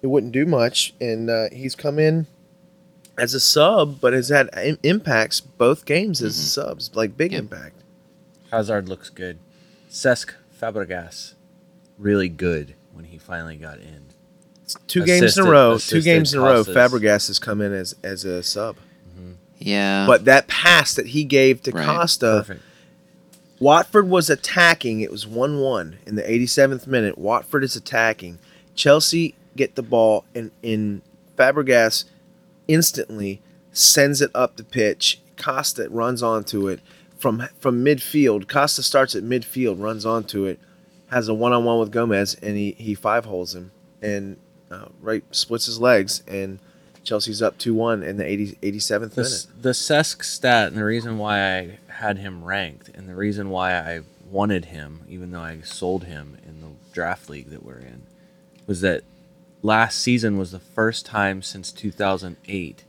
C: it wouldn't do much, and uh, he's come in as a sub, but has had Im- impacts both games as
B: Mm-hmm.
C: subs, like big
A: Yep.
C: impact.
B: Hazard looks good. Cesc Fabregas, really good when he finally got in.
C: It's two games in
B: Assisted-
C: a row. Two
B: assisted
C: games in a row.
B: crosses.
C: Fabregas has come in as as a sub.
B: Uh,
A: Yeah.
C: But that pass that he gave to
A: Right.
C: Costa,
B: Perfect.
C: Watford was attacking. It was 1 1 in the 87th minute. Watford is attacking. Chelsea get the ball, and in Fabregas instantly sends it up the pitch. Costa runs onto it from from midfield. Costa starts at midfield, runs onto it, has a one on one with Gomez, and he, he five holes him and uh, right splits his legs. And Chelsea's up 2 1 in the 80, 87th
B: The,
C: minute.
B: s- the Sesk stat and the reason why I had him ranked and the reason why I wanted him, even though I sold him in the draft league that we're in, was that last season was the first time since 2008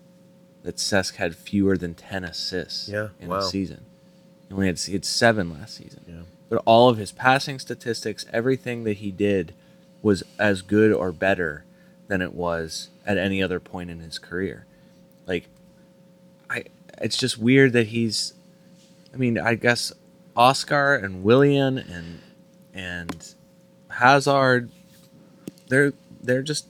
B: that Sesk had fewer than 10 assists
C: Yeah,
B: in
C: wow.
B: a season. He only had, he had seven last season.
C: Yeah.
B: But all of his passing statistics, everything that he did was as good or better than it was at any other point in his career. Like I it's just weird that he's I mean, I guess Oscar and Willian and and Hazard they're they're just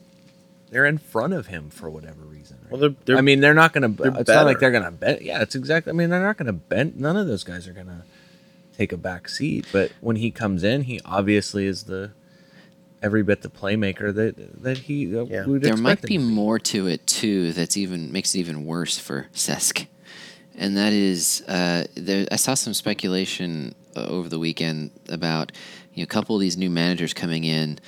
B: they're in front of him for whatever reason. right?
C: Well, they're, they're,
B: I mean, they're not going to.
C: they're
B: It's not like
C: better.
B: they're going to bend. Yeah, it's exactly. I mean, they're not going to bend. None of those guys are going to take a back seat. But when he comes in, he obviously is the every bit the playmaker that that he uh,
C: Yeah.
B: would
A: there might
B: expect
A: be
B: him to
A: more to it too that's even makes it even worse for Sesk, and that is uh, there. I saw some speculation uh, over the weekend about you know a couple of these new managers coming in.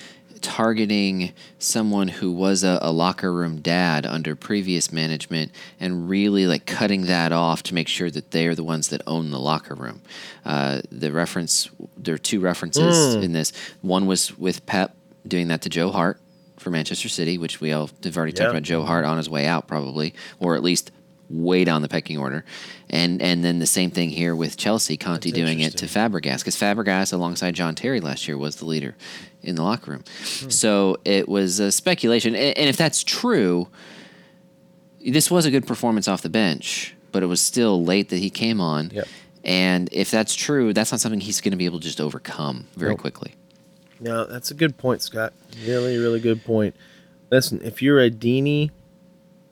A: Targeting someone who was a, a locker room dad under previous management and really like cutting that off to make sure that they are the ones that own the locker room. Uh, the reference, there are two references in this. One was with Pep doing that to Joe Hart for Manchester City, which we all have already
C: Yeah.
A: talked about Joe Hart on his way out probably, or at least way down the pecking order. And and then the same thing here with Chelsea, Conte doing it to Fabregas because Fabregas alongside John Terry last year was the leader in the locker room.
B: Hmm.
A: So it was a speculation A- and if that's true, this was a good performance off the bench, but it was still late that he came on.
B: Yep.
A: And if that's true, that's not something he's going to be able to just overcome very
B: Nope.
A: quickly.
C: No, that's a good point, Scott. Really, really good point. Listen, if you're a Dini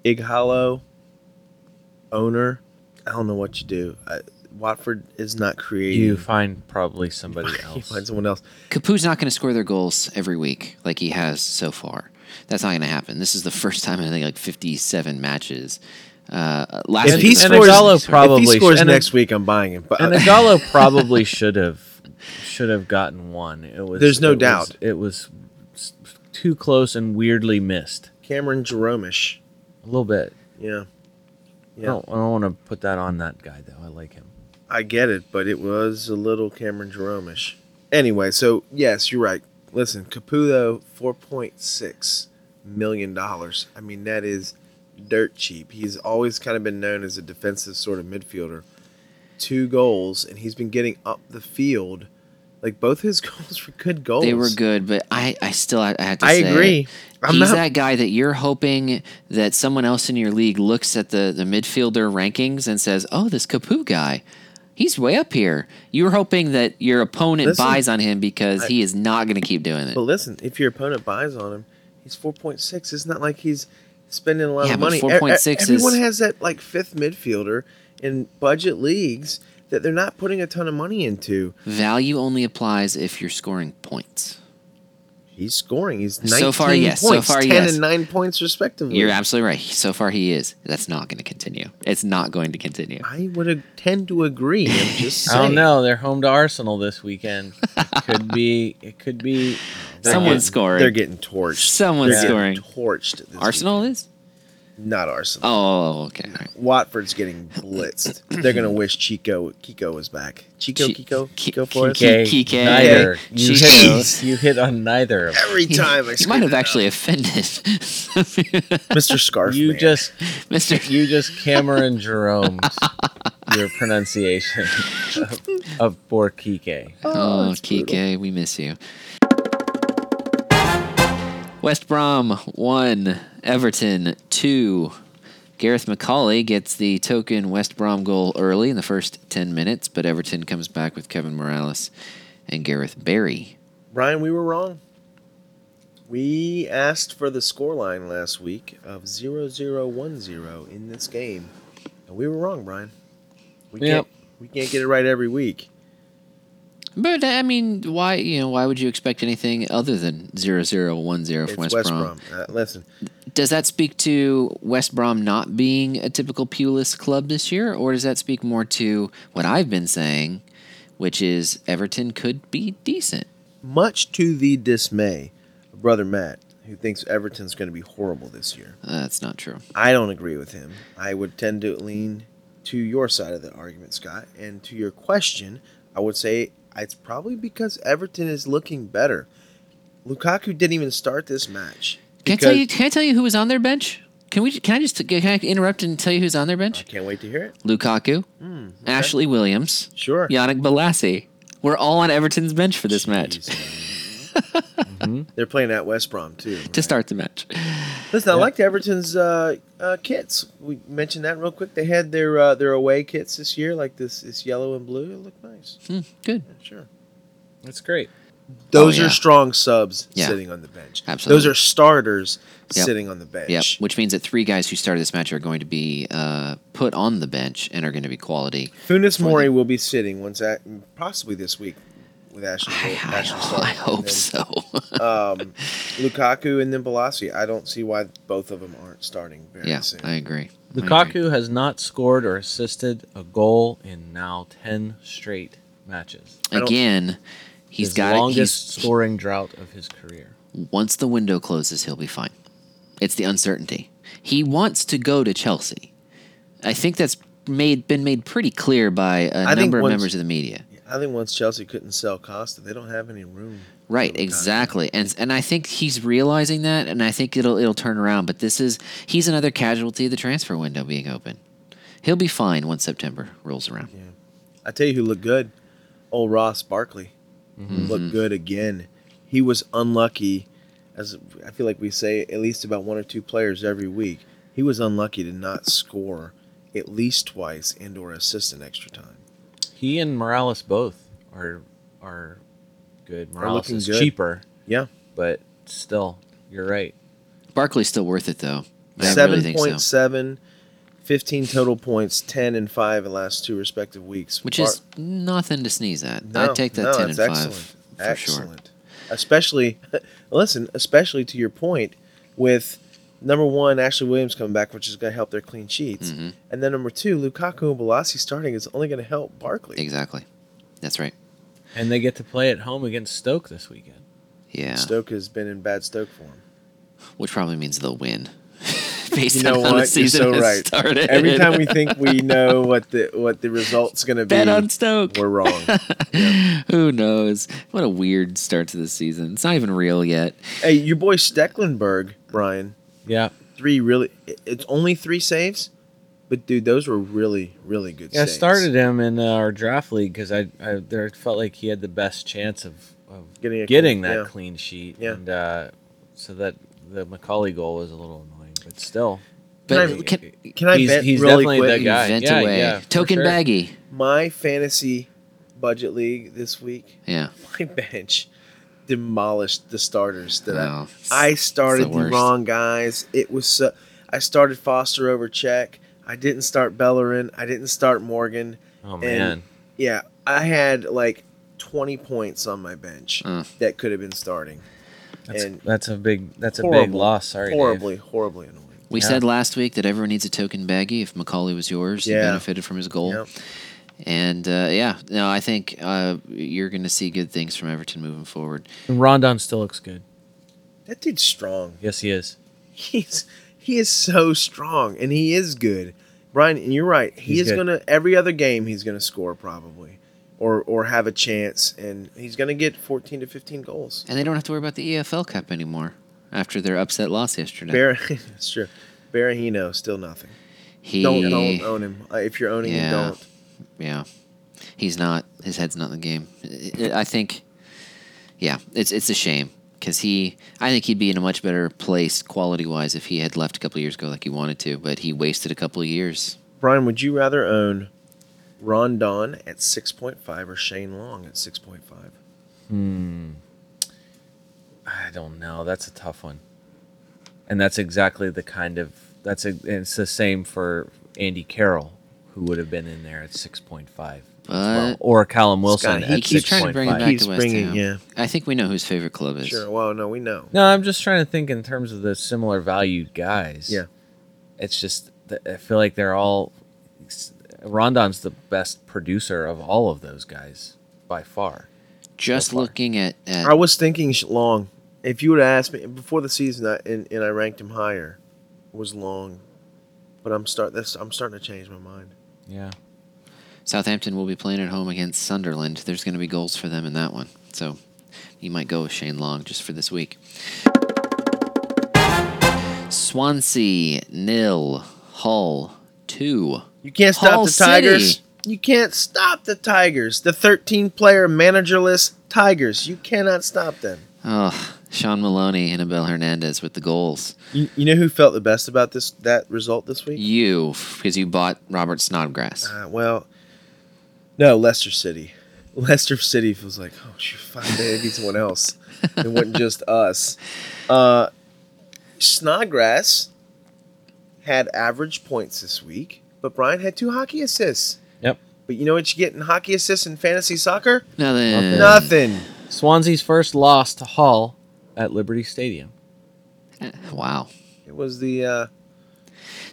C: Ighalo owner, I don't know what you do. I, Watford is not
B: be.
C: creative.
B: You find probably somebody
C: You
B: else.
C: find someone else.
A: Capu's not going to score their goals every week like he has so far. That's not going to happen. This is the first time in I think like 57 matches. Uh, last
C: If
A: week
C: he
A: was the
C: scores-
A: first time
C: Igalo
A: he scored.
B: probably-
C: if he scores
B: and
C: next
B: if-
C: week, I'm buying him. But
B: and
C: I-
B: Igalo probably should have should have gotten one. It was.
C: There's no
B: it was-
C: doubt.
B: it was s- too close and weirdly missed
C: Cameron Jeromish.
B: a little bit.
C: Yeah. Yeah.
B: I don't, I don't want to put that on that guy though. I like him.
C: I get it, but it was a little Cameron Jeromish. Anyway, so yes, you're right. Listen, Caputo, four point six million dollars. I mean, that is dirt cheap. He's always kind of been known as a defensive sort of midfielder. Two goals, and he's been getting up the field. Like both his goals were good goals.
A: They were good, but I, I still I, I have to
C: I
A: say
C: agree. I'm
A: he's
C: not-
A: that guy that you're hoping that someone else in your league looks at the, the midfielder rankings and says, "Oh, this Capu guy, he's way up here." You're hoping that your opponent
C: Listen,
A: buys on him because he is not going to keep doing it.
C: But listen, if your opponent buys on him, he's four point six. It's not like he's spending a lot
A: Yeah,
C: of
A: but
C: money. E- e-
A: 4.6 is-
C: Everyone has that like fifth midfielder in budget leagues that they're not putting a ton of money into.
A: Value only applies if you're scoring points.
C: He's scoring. He's 19
A: So far, yes. So
C: points,
A: far,
C: ten
A: yes.
C: and nine points respectively.
A: You're absolutely right. So far, he is. That's not going to continue. It's not going to continue.
C: I would ag- tend to agree. I'm just saying.
B: I don't know. They're home to Arsenal this weekend. It could be. It could be.
A: Someone's
B: Someone's.
A: scoring.
C: They're getting torched.
A: Someone's
C: They're getting
A: scoring.
C: torched. this
A: Arsenal is.
C: week. not Arsenal.
A: Oh, okay. All right.
C: Watford's getting blitzed. They're gonna wish Chico Kiko was back. Chico
A: Chi-
C: Kiko
A: Ki-
C: Kiko for us.
A: Kike.
B: Kike. Neither. You hit,
A: Jeez.
B: you hit on neither of them.
C: Every time I
A: you might
C: scream it
A: have
C: out.
A: actually offended
C: Mr. Scarf.
B: You
C: Man.
B: just,
A: Mister.
B: you just Cameron Jerome's your pronunciation of, of poor Kike.
A: Oh, Kike, we miss you. West Brom one, Everton two. Gareth McCauley gets the token West Brom goal early in the first ten minutes, but Everton comes back with Kevin Morales and Gareth Barry.
C: Ryan, we were wrong. We asked for the scoreline last week of 0010 in this game. And we were wrong, Brian. We
B: Yep.
C: can't we can't get it right every week.
A: But I mean, why you know why would you expect anything other than 0-0-1-0
C: It's
A: from
C: West,
A: West Brom?
C: Brom. Uh, listen,
A: Does that speak to West Brom not being a typical Pulis club this year, or does that speak more to what I've been saying, which is Everton could be decent?
C: much to the dismay of brother Matt, who thinks Everton's going to be horrible this year.
A: Uh, that's not true.
C: I don't agree with him. I would tend to lean to your side of the argument, Scott. And to your question, I would say it's probably because Everton is looking better. Lukaku didn't even start this match.
A: Can I tell
C: because-
A: you? Can I tell you who was on their bench? Can we? Can I just? Can I interrupt and tell you who's on their
C: I
A: bench?
C: can't wait to hear it.
A: Lukaku, Ashley Williams,
C: Hmm, Sure.
A: Yannick Balassi. We're all on Everton's bench for this match
C: uh, They're playing at West Brom too.
A: to start the match.
C: Listen, I liked Everton's uh, uh, kits. We mentioned that real quick. They had their uh, their away kits this year, like this this yellow and blue. It looked nice.
A: Hmm, good.
C: Sure.
B: That's great.
C: Those
A: Oh, yeah.
C: are strong subs
A: Yeah.
C: sitting on the bench.
A: Absolutely.
C: Those are starters
A: Yep.
C: sitting on the bench.
A: Yep, which means that three guys who started this match are going to be uh, put on the bench and are going to be quality.
C: Funes
A: For
C: Mori
A: them.
C: will be sitting once that possibly this week with Ashley.
A: I, I, ho-
C: Ashley Stark,
A: I
C: and
A: hope
C: then,
A: so.
C: um, Lukaku and then Balassi. I don't see why both of them aren't starting very
A: yeah,
C: soon.
A: I agree. I agree.
B: Lukaku has not scored or assisted a goal in now 10 straight matches.
C: I don't-
A: again. He's
B: His
A: got it.
B: longest
A: He's,
B: scoring drought of his career.
A: once the window closes, he'll be fine. It's the uncertainty. He wants to go to Chelsea. I think that's made been made pretty clear by a
C: I think
A: number of
C: once-
A: members of the media.
C: I think once Chelsea couldn't sell Costa, they don't have any room.
A: Right,
C: Lukaku.
A: exactly, and and I think he's realizing that, and I think it'll it'll turn around. But this is he's another casualty of the transfer window being open. He'll be fine once September rolls around.
C: I tell you who looked good. Old Ross Barkley
A: Mm-hmm.
C: looked good again. He was unlucky, as I feel like we say at least about one or two players every week. He was unlucky to not score at least twice and or assist an extra time.
B: He and Morales both are are good. Morales
C: looking
B: is
C: good.
B: cheaper,
C: Yeah,
B: but still, you're right.
A: Barkley's still worth it though. I really
C: seven
A: think
C: point
A: so.
C: seven, fifteen 15 total points, 10 and 5 in the last two respective weeks.
A: Which
C: Bar-
A: is nothing to sneeze at.
C: No,
A: I'd take that
C: no,
A: ten and
C: it's
A: five
C: excellent.
A: for sure.
C: excellent. Especially, listen, especially to your point with number one, Ashley Williams coming back, which is going to help their clean sheets.
A: Mm-hmm.
C: And then number two, Lukaku and Balassi starting is only going to help Barkley.
A: Exactly. That's right.
B: And they get to play at home against Stoke this weekend.
A: Yeah.
C: Stoke has been in bad Stoke form.
A: Which probably means they'll win. Based
C: You know
A: on how the
C: what? You're
A: season
C: so
A: has
C: right.
A: started.
C: Every time we think we know what the what the result's going to be,
A: Bet on Stoke.
C: we're wrong.
A: Who knows? What a weird start to the season. It's not even real yet.
C: hey, your boy Stecklenberg, Brian.
B: Yeah.
C: Three really, it- it's only three saves, but dude, those were really, really good.
B: Yeah, I
C: saves.
B: started him in uh, our draft league because I, I there felt like he had the best chance of, of
C: Getting a
B: getting,
C: clean-
B: that
C: yeah.
B: clean sheet.
C: Yeah.
B: And uh, so that the Macaulay goal was a little annoying, but still.
A: But
C: I-
A: can,
C: Can I
B: He's-
C: vent
B: he's
C: really
B: definitely
C: quick?
B: the guy.
A: Vent
B: Yeah,
A: away.
B: yeah, for
A: Token
B: sure.
A: baggy.
C: My fantasy budget league this week,
A: Yeah.
C: my bench demolished the starters that
A: Wow.
C: I I started
A: It's
C: the,
A: the worst.
C: wrong guys. It was so, I started Foster over Check. I didn't start Bellerin. I didn't start Morgan.
B: Oh, man.
C: Yeah, I had like 20 points on my bench
B: Uh.
A: Mm.
C: that could have been starting.
B: That's,
C: and
B: that's a big that's a big
C: horrible,
B: loss. Sorry, Dave.
C: horribly, horribly annoying.
A: We
B: Yeah.
A: said last week that everyone needs a token baggy. If Macaulay was yours, you
C: Yeah.
A: benefited from his goal.
C: Yep.
A: And uh, yeah, no, I think uh, you're going to see good things from Everton moving forward.
B: And Rondon still looks good.
C: That dude's strong.
B: Yes, he is.
C: he's he is so strong and he is good. Brian, and you're right. He
B: He's
C: is
B: good.
C: gonna every other game he's gonna score probably. Or or have a chance and he's gonna get fourteen to fifteen goals.
A: And they don't have to worry about the EFL Cup anymore after their upset loss yesterday.
C: Bar- that's true. Barahino, still nothing.
A: he,
C: Don't don't own him. Uh, If you're owning
A: Yeah.
C: him, don't.
A: yeah, he's not. His head's not in the game. I- I I think, yeah, it's it's a shame because he. I think he'd be in a much better place quality wise if he had left a couple of years ago like he wanted to, but he wasted a couple of years.
C: Brian, would you rather own Rondon at six point five or Shane Long at six point five?
B: I don't know. That's a tough one. And that's exactly the kind of that's a, it's the same for Andy Carroll, who would have been in there at 6.5. as
A: But-
B: Or Callum Wilson
C: Scott, he
B: at
A: keeps trying to bring him
B: 6.5.
A: back
C: He's
A: to West
C: bringing-
A: Ham.
C: yeah.
A: I think we know whose favorite club is.
C: Sure. Well, no, we know.
B: No, I'm just trying to think in terms of the similar valued guys.
C: Yeah.
B: It's just, th- I feel like they're all. Rondon's the best producer of all of those guys by far.
A: Just
B: So far.
A: looking at, at
C: I was thinking Sh- Long. If you would have asked me before the season, I, and, and I ranked him higher, was Long. But I'm start. That's I'm starting to change my mind.
B: Yeah.
A: Southampton will be playing at home against Sunderland. There's going to be goals for them in that one. So you might go with Shane Long just for this week. Swansea nil, Hull two.
C: You can't stop
A: Hull
C: the Tigers.
A: City.
C: You can't stop the Tigers. The 13 player managerless Tigers. You cannot stop them.
A: Oh, Sean Maloney and Abel Hernandez with the goals.
C: You, you know who felt the best about this that result this week?
A: You, because you bought Robert Snodgrass.
C: Uh, well, no, Leicester City. Leicester City feels like, oh, shoot, fuck, they need someone else. It wasn't just us. Uh, Snodgrass had average points this week, but Brian had two hockey assists.
B: Yep.
C: But you know what you get in hockey assists in fantasy soccer?
A: Nothing.
C: Nothing.
B: Swansea's first loss to Hull at Liberty Stadium.
A: eh, Wow.
C: It was the uh,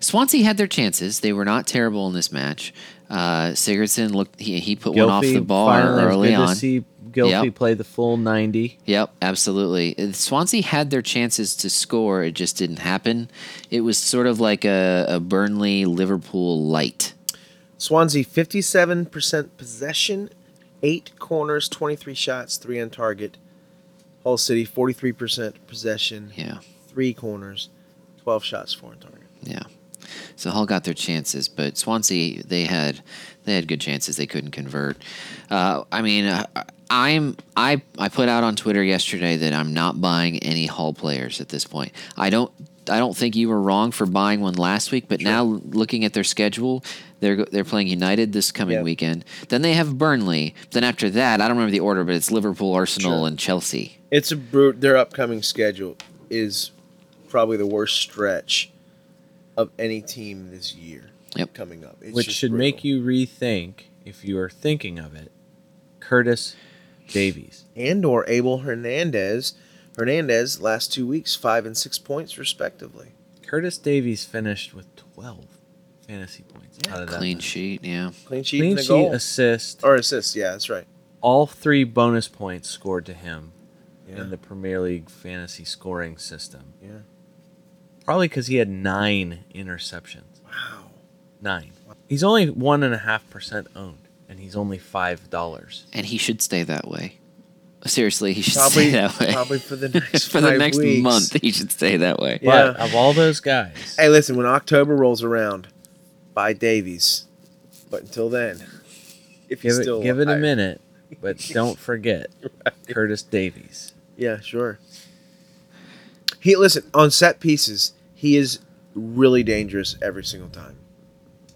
A: Swansea had their chances. They were not terrible in this match. Uh, Sigurdsson looked. He, he put one off the bar
B: finally, it's
A: early
B: good
A: on.
B: To see Gilfie
A: Yep.
B: play the full 90.
A: Yep, absolutely. Uh, Swansea had their chances to score, it just didn't happen. It was sort of like a, a Burnley Liverpool light.
C: Swansea 57% possession, eight corners, 23 shots, three on target. Hull City 43% possession,
A: Yeah,
C: three corners, 12 shots, four on target.
A: yeah. So Hull got their chances, but Swansea they had they had good chances. They couldn't convert. Uh, I mean, uh, I'm I I put out on Twitter yesterday that I'm not buying any Hull players at this point. I don't. I don't think you were wrong for buying one last week, but now looking at their schedule, they're go- they're playing United this coming
C: Yeah.
A: weekend. Then they have Burnley. Then after that, I don't remember the order, but it's Liverpool, Arsenal,
C: Sure.
A: and Chelsea.
C: It's a brute. Their upcoming schedule is probably the worst stretch of any team this year
A: Yep.
C: coming up. It's
B: which
C: just
B: should
C: brutal.
B: make you rethink, if you are thinking of it, Curtis Davies.
C: and or Abel Hernandez. Hernandez last two weeks five and six points respectively.
B: Curtis Davies finished with 12 fantasy points. out of that
A: Clean
B: match.
A: sheet, yeah.
C: Clean sheet
B: Clean
C: and a
B: sheet,
C: goal
B: assist.
C: or assist. Yeah, that's right.
B: All three bonus points scored to him
C: Yeah.
B: in the Premier League fantasy scoring system.
C: Yeah.
B: Probably because he had nine interceptions.
C: Wow.
B: Nine. He's only 1.5% owned, and he's only $5.
A: And he should stay that way. Seriously, he should stay
C: Probably,
A: that way.
C: probably for the next
A: for the
C: five
A: next
C: weeks.
A: month, he should stay that way.
C: Yeah.
B: But of all those guys,
C: Hey, listen, when October rolls around, buy Davies. But until then, if you
B: give
C: still
B: it, give it a
C: alive.
B: minute, but don't forget Curtis Davies.
C: Yeah, sure. He listen on set pieces. He is really dangerous every single time.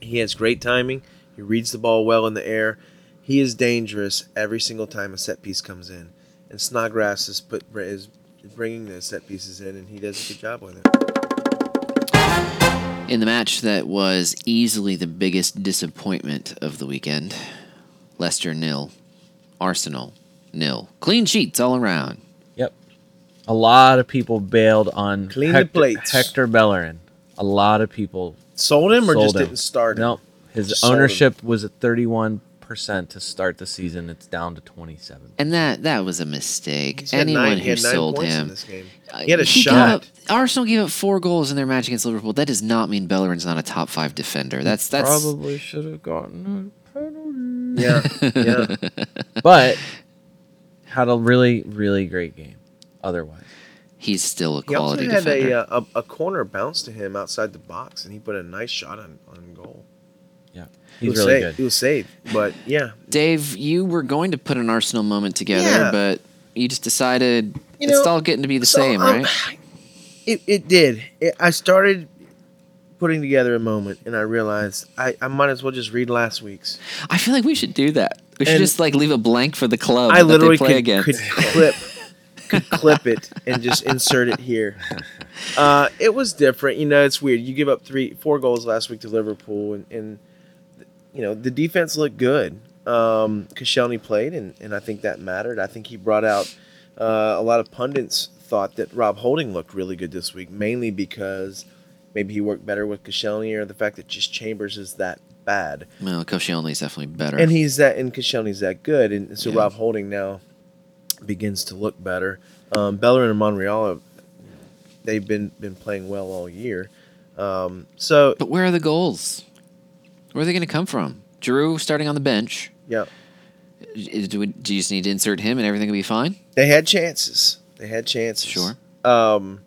C: He has great timing. He reads the ball well in the air. He is dangerous every single time a set piece comes in. And Snodgrass is put is bringing those set pieces in, and he does a good job with it.
A: In the match that was easily the biggest disappointment of the weekend, Leicester nil, Arsenal nil. Clean sheets all around.
B: Yep. A lot of people bailed on
C: Clean the
B: Hector,
C: plates.
B: Hector Bellerin. A lot of people
C: Sold him or
B: sold
C: just
B: him.
C: didn't start him?
B: Nope. His
C: Just sold him.
B: ownership was at 31% to start the season. It's down to 27.
A: And that that was a mistake.
C: He's got
A: Anyone
C: nine- he
A: who
C: had nine
A: sold
C: points in
A: him.
C: this game.
A: uh,
C: He had a
A: gave
C: shot.
A: up- Arsenal gave up four goals in their match against Liverpool. That does not mean Bellerin's not a top five defender. That's that's
B: Probably should have gotten a penalty.
C: Yeah, yeah.
B: But had a really really great game otherwise.
A: he's still a
C: He also
A: quality
C: had
A: defender.
C: a, uh, a a corner bounce to him outside the box, and he put a nice shot on on goal.
B: Yeah.
C: he
B: He's
C: was
B: really
C: saved. He
B: good.
C: was saved, but yeah,
A: Dave, you were going to put an Arsenal moment together,
C: Yeah.
A: but you just decided
C: You
A: it's
C: know,
A: all getting to be the
C: So,
A: same,
C: um,
A: right?
C: It, it did. It, I started putting together a moment, and I realized I, I might as well just read last week's.
A: I feel like we should do that. We should
C: and-
A: just like leave a blank for the club.
C: I
A: that
C: literally
A: they play
C: could,
A: against.
C: could clip could clip it and just insert it here. Uh, it was different. You know, it's weird. You give up three, four goals last week to Liverpool, and, and you know the defense looked good. Um, Koscielny played, and, and I think that mattered. I think he brought out uh, a lot of pundits thought that Rob Holding looked really good this week, mainly because maybe he worked better with Koscielny or the fact that just Chambers is that bad,
A: Well, Koscielny's definitely better.
C: and he's that and Koscielny's that good, and so
A: Yeah.
C: Rob Holding now begins to look better. Um, Bellerin and Monreal, have- they've been been playing well all year. Um, so
A: but where are the goals? Where are they going to come from? Giroud starting on the bench.
C: yeah,
A: Is- Do, we, do you just need to insert him and everything will be fine?
C: they had chances. They had chances.
A: Sure.
C: Um,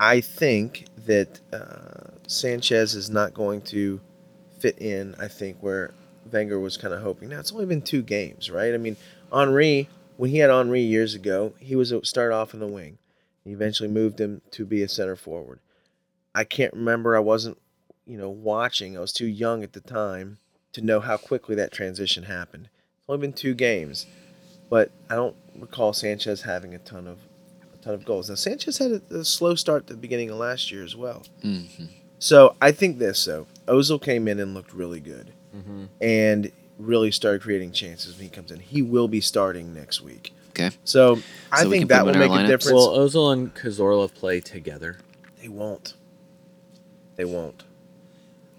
C: I think that uh, Sanchez is not going to fit in. I think where Wenger was kind of hoping. Now it's only been two games, right? I mean, Henri when he had Henri years ago, he was a start off in the wing. He eventually moved him to be a center forward. I can't remember. I wasn't, you know, watching. I was too young at the time to know how quickly that transition happened. It's only been two games, but I don't recall Sanchez having a ton of a ton of goals. Now Sanchez had a, a slow start at the beginning of last year as well.
A: hmm
C: So I think this though, Ozil came in and looked really good, and really started creating chances when he comes in. He will be starting next week.
A: Okay.
C: So, I
A: we can
C: think
A: put
C: that
A: him
C: will
A: in our
C: make a
A: lineups?
C: difference.
B: Will Ozil and Cazorla play together?
C: They won't. They won't.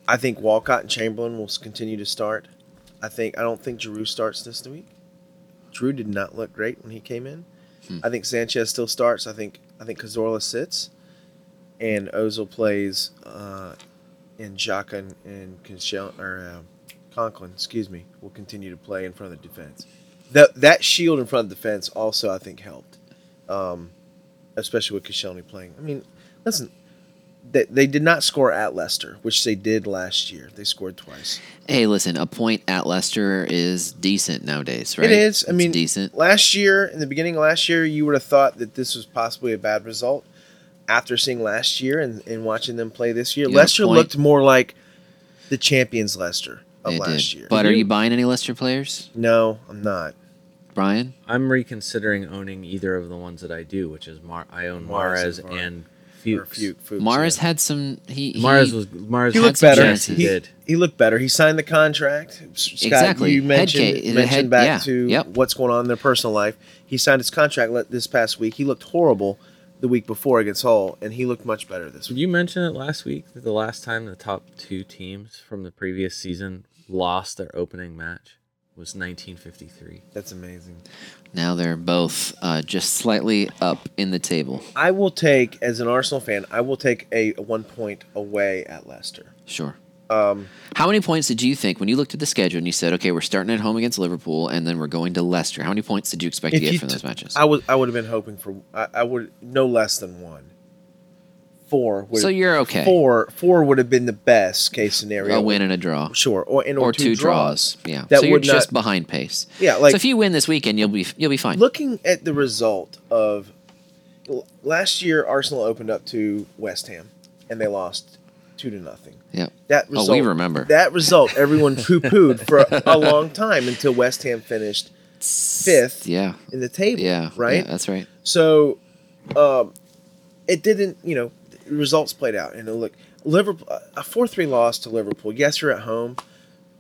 C: I think Walcott and Chamberlain will s- continue to start. I think I don't think Giroud starts this week. Drew did not look great when he came in. I think Sanchez still starts. I think I think Cazorla sits, and Ozil plays, uh, and Jaka and, and Conchel, or uh, Conklin, excuse me, will continue to play in front of the defense. That that shield in front of the defense also I think helped, um, especially with Koscielny playing. I mean, listen, they, they did not score at Leicester, which they did last year. They scored twice.
A: Hey, listen, a point at Leicester is decent nowadays, right?
C: It is. I
A: It's
C: mean,
A: decent.
C: Last year, in the beginning of last year, you would have thought that this was possibly a bad result after seeing last year and, and watching them play this year.
A: You got a
C: Leicester
A: point.
C: looked more like the champions Leicester of
A: It
C: last
A: did.
C: year.
A: But are you buying any Leicester players,
C: No, I'm not.
A: Brian?
B: I'm reconsidering owning either of the ones that I do, which is Mar- I own
C: Mahrez
B: Mares
C: and
B: and,
C: Var- Or
B: Fuchs.
C: Fuchs, Fuchs,
A: Mars
C: yeah.
A: had some. He, he
B: Mahrez was Mares
C: He
B: had
C: looked
B: some
C: better.
B: chances.
A: he
C: He,
B: did.
C: he looked better. He signed the contract. S- Scott,
A: Exactly.
C: You
A: Head
C: mentioned,
A: case- the
C: mentioned
A: head-
C: back
A: yeah,
C: to
A: yep.
C: what's going on in their personal life. He signed his contract le- this past week. He looked horrible the week before against Hull, and he looked much better this
B: Did
C: week.
B: you mention it last week that the last time the top two teams from the previous season lost their opening match was 1953?
C: That's amazing.
A: Now they're both uh, just slightly up in the table.
C: I will take, as an Arsenal fan, I will take a one point away at Leicester.
A: Sure.
C: Um,
A: How many points did you think when you looked at the schedule and you said, okay, we're starting at home against Liverpool and then we're going to Leicester? How many points did you expect to
C: you
A: get from
C: t-
A: those matches?
C: I would I would have been hoping for I, I would no less than one. Four. Would,
A: So you're okay.
C: Four four would have been the best case scenario.
A: a win and a draw.
C: Sure, or and or,
A: Or, two, draws. Yeah.
C: That
A: so you're
C: would not-
A: just behind pace.
C: Yeah, like-
A: so if you win this weekend, you'll be you'll be fine.
C: Looking at the result of l- last year, Arsenal opened up to West Ham, and they lost two to nothing.
A: yeah.
C: That
A: Oh,
C: result,
A: we remember.
C: that result. Everyone poo pooed for a, a long time until West Ham finished fifth
A: Yeah.
C: in the table.
A: Yeah. Yeah,
C: right.
A: that's right.
C: So, um, it didn't. You know, the results played out, and uh, look, Liverpool uh, a four three loss to Liverpool. Yes, you're at home,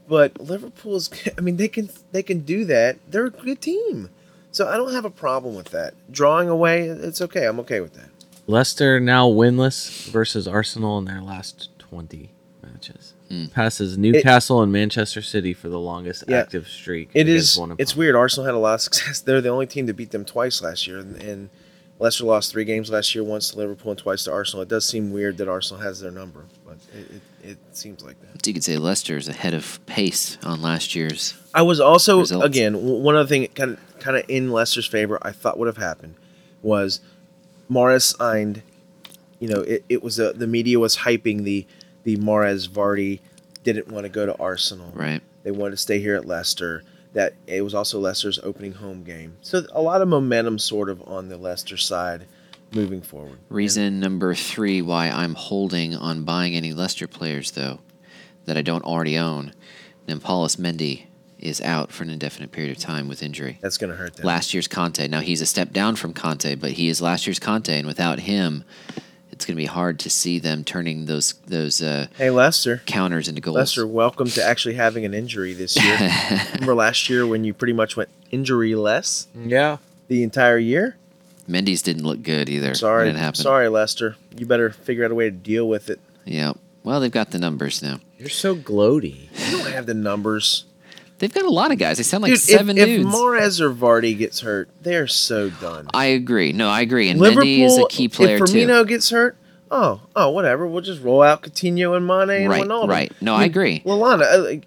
C: but Liverpool's. I mean, they can they can do that. They're a good team, so I don't have a problem with that. Drawing away, it's okay. I'm okay with that.
B: Leicester now winless versus Arsenal in their last 20 matches. Passes Newcastle and Manchester City for the longest
C: Yeah.
B: active streak.
C: It
B: against
C: is.
B: one
C: It's
B: opponent.
C: weird. Arsenal had a lot of success. They're the only team to beat them twice last year, and, and Leicester lost three games last year: once to Liverpool and twice to Arsenal. It does seem weird that Arsenal has their number, but it, it, it seems like that.
A: So you could say Leicester's ahead of pace on last year's.
C: I was also
A: results.
C: again w- one other thing kind of kind of in Leicester's favor. I thought would have happened was Morris signed. You know, it, it was a, the media was hyping the the Mares Vardy didn't want to go to Arsenal.
A: Right.
C: They wanted to stay here at Leicester. That it was also Leicester's opening home game. So a lot of momentum sort of on the Leicester side moving forward.
A: Reason number three why I'm holding on buying any Leicester players, though, that I don't already own, Nimpalis Mendy is out for an indefinite period of time with injury.
C: That's going to hurt them.
A: Last year's Conte. Now he's a step down from Conte, but he is last year's Conte, and without him, it's going to be hard to see them turning those those uh,
C: Hey, Lester.
A: counters into goals.
C: Lester, welcome to actually having an injury this year. Remember last year when you pretty much went injury less
B: Yeah.
C: the entire year?
A: Mendy's didn't look good either.
C: Sorry.
A: when it happened.
C: Sorry, Lester. You better figure out a way to deal with it.
A: Yeah. Well, they've got the numbers now.
B: You're so gloaty.
C: You don't have the numbers.
A: They've got a lot of guys. They sound like
C: Dude, if-
A: seven
C: if,
A: dudes.
C: Mares or Vardy gets hurt, they're so done.
A: I agree. No, I agree. And Mendy is a key player
C: if
A: too.
C: Firmino gets hurt, oh, oh, whatever. We'll just roll out Coutinho and Mane and
A: Right,
C: Ronaldo.
A: right. No, I agree.
C: Lallana, uh, like,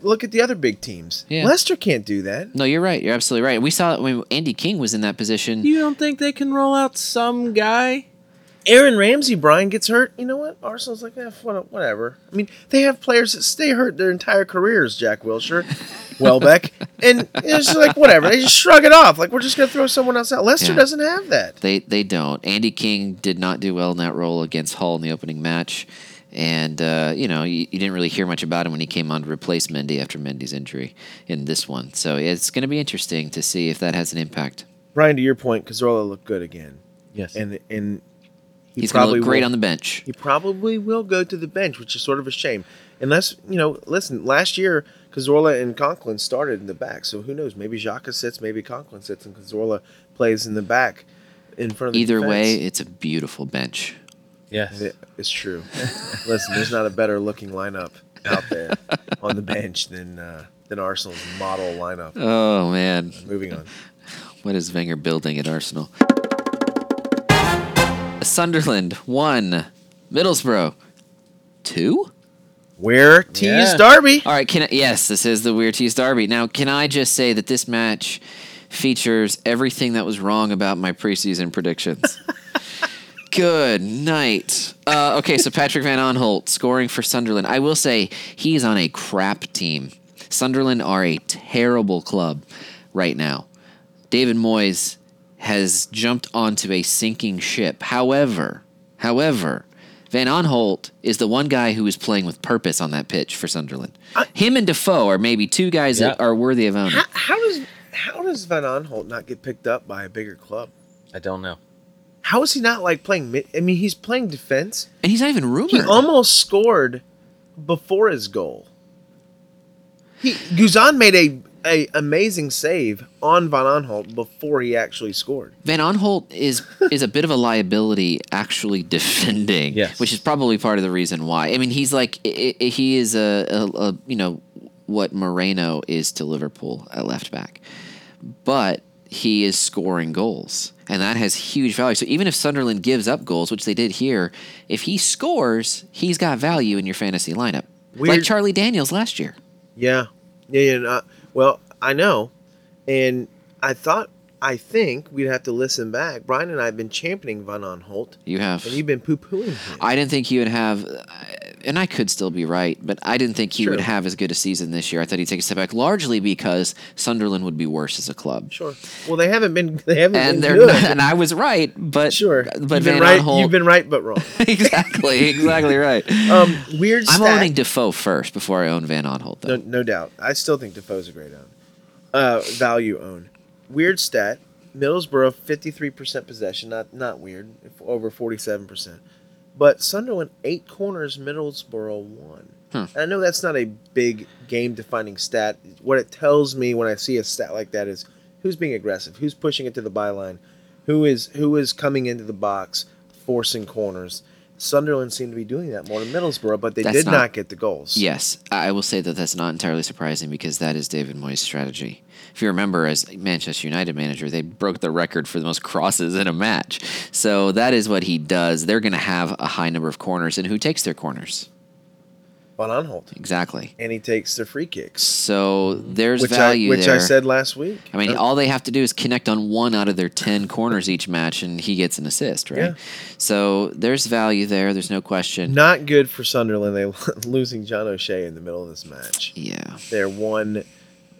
C: look at the other big teams.
A: Yeah.
C: Leicester can't do that.
A: No, you're right. You're absolutely right. We saw when Andy King was in that position.
B: You don't think they can roll out some guy?
C: Aaron Ramsey, Brian gets hurt. You know what? Arsenal's like, eh, what- whatever. I mean, they have players that stay hurt their entire careers. Jack Wilshire, Welbeck, and it's just like whatever. They just shrug it off. Like we're just gonna throw someone else out. Leicester
A: Yeah.
C: doesn't have that.
A: They they don't. Andy King did not do well in that role against Hull in the opening match, and uh, you know you, you didn't really hear much about him when he came on to replace Mendy after Mendy's injury in this one. So it's going to be interesting to see if that has an impact.
C: Brian, to your point, Cazorla looked good again,
B: Yes.
C: and and he
A: He's going to
C: probably
A: look great
C: will-
A: on the bench.
C: He probably will go to the bench, which is sort of a shame. Unless, you know, listen, last year, Cazorla and Conklin started in the back. So who knows? Maybe Xhaka sits, maybe Conklin sits, and Cazorla plays in the back in front of the
A: Either way,
C: defense.
A: it's a beautiful bench.
B: yes.
C: It- It's true. listen, there's not a better looking lineup out there on the bench than, uh, than Arsenal's model lineup.
A: Oh man,
C: Moving on.
A: What is Wenger building at Arsenal? Sunderland one, Middlesbrough two.
C: Where teased
B: Yeah.
C: Derby?
A: All right, can I, yes, this is the Weird Tease Derby. Now, can I just say that this match features everything that was wrong about my preseason predictions? Good night. Uh, okay, so Patrick Van Onholt scoring for Sunderland. I will say he's on a crap team. Sunderland are a terrible club right now. David Moyes has jumped onto a sinking ship. However, however, Van Onholt is the one guy who is playing with purpose on that pitch for Sunderland. Him and Defoe are maybe two guys that
B: Yeah.
A: are worthy of owning.
C: How, how, does, how does Van Aanholt not get picked up by a bigger club?
B: I don't know.
C: How is he not like playing mid? I mean, he's playing defense.
A: And he's not even rumored.
C: He almost scored before his goal. He Guzan made a, a amazing save on Van Aanholt before he actually scored.
A: Van Onholt is is a bit of a liability actually defending,
B: Yes.
A: which is probably part of the reason why. I mean, he's like i i he is a, a, a you know what Moreno is to Liverpool at left back, but he is scoring goals, and that has huge value. So even if Sunderland gives up goals, which they did here, if he scores, he's got value in your fantasy lineup, like
C: Weird-
A: Charlie Daniels last year.
C: Yeah, yeah, yeah. and, uh, well, I know, and I thought, I think we'd have to listen back. Brian and I have been championing Van Aanholt,
A: You have
C: and you've been poo pooing him.
A: I didn't think he would have, and I could still be right, but I didn't think he
C: Sure.
A: would have as good a season this year. I thought he'd take a step back, largely because Sunderland would be worse as a club.
C: Sure. Well, they haven't been. They haven't
A: And
C: been
A: they're
C: good.
A: not, and I was right, but
C: sure.
A: but
C: you've been
A: Van
C: right.
A: Aanholt-
C: You've been right, but wrong.
A: exactly, exactly right.
C: Um, weird.
A: I'm
C: stat.
A: owning Defoe first before I own Van Onholt, though.
C: No, no doubt. I still think Defoe's a great own. Uh, value own. Weird stat. Middlesbrough fifty three percent possession. Not not weird. If over forty seven percent. But Sunderland eight corners. Middlesbrough one.
A: Hmm.
C: And I know that's not a big game defining stat. What it tells me when I see a stat like that is who's being aggressive, who's pushing it to the byline, who is who is coming into the box, forcing corners. Sunderland seemed to be doing that more than Middlesbrough, but they
A: That's
C: did
A: not-
C: not, get the goals.
A: Yes, I I will say that that's not entirely surprising because that is David Moyes' strategy. If you remember, as Manchester United manager, they broke the record for the most crosses in a match. So that is what he does. They're going to have a high number of corners, and who takes their corners?
C: Von Anholt.
A: Exactly.
C: and he takes the free kicks,
A: So there's
C: which
A: value
C: I which
A: there.
C: I said Oh. last week.
A: I mean, all they have to do is connect on one out of their 10 corners each match, and he gets an assist, right?
C: Yeah.
A: So there's value there. There's no question.
C: not good for Sunderland. They losing John O'Shea in the middle of this match.
A: Yeah.
C: Their one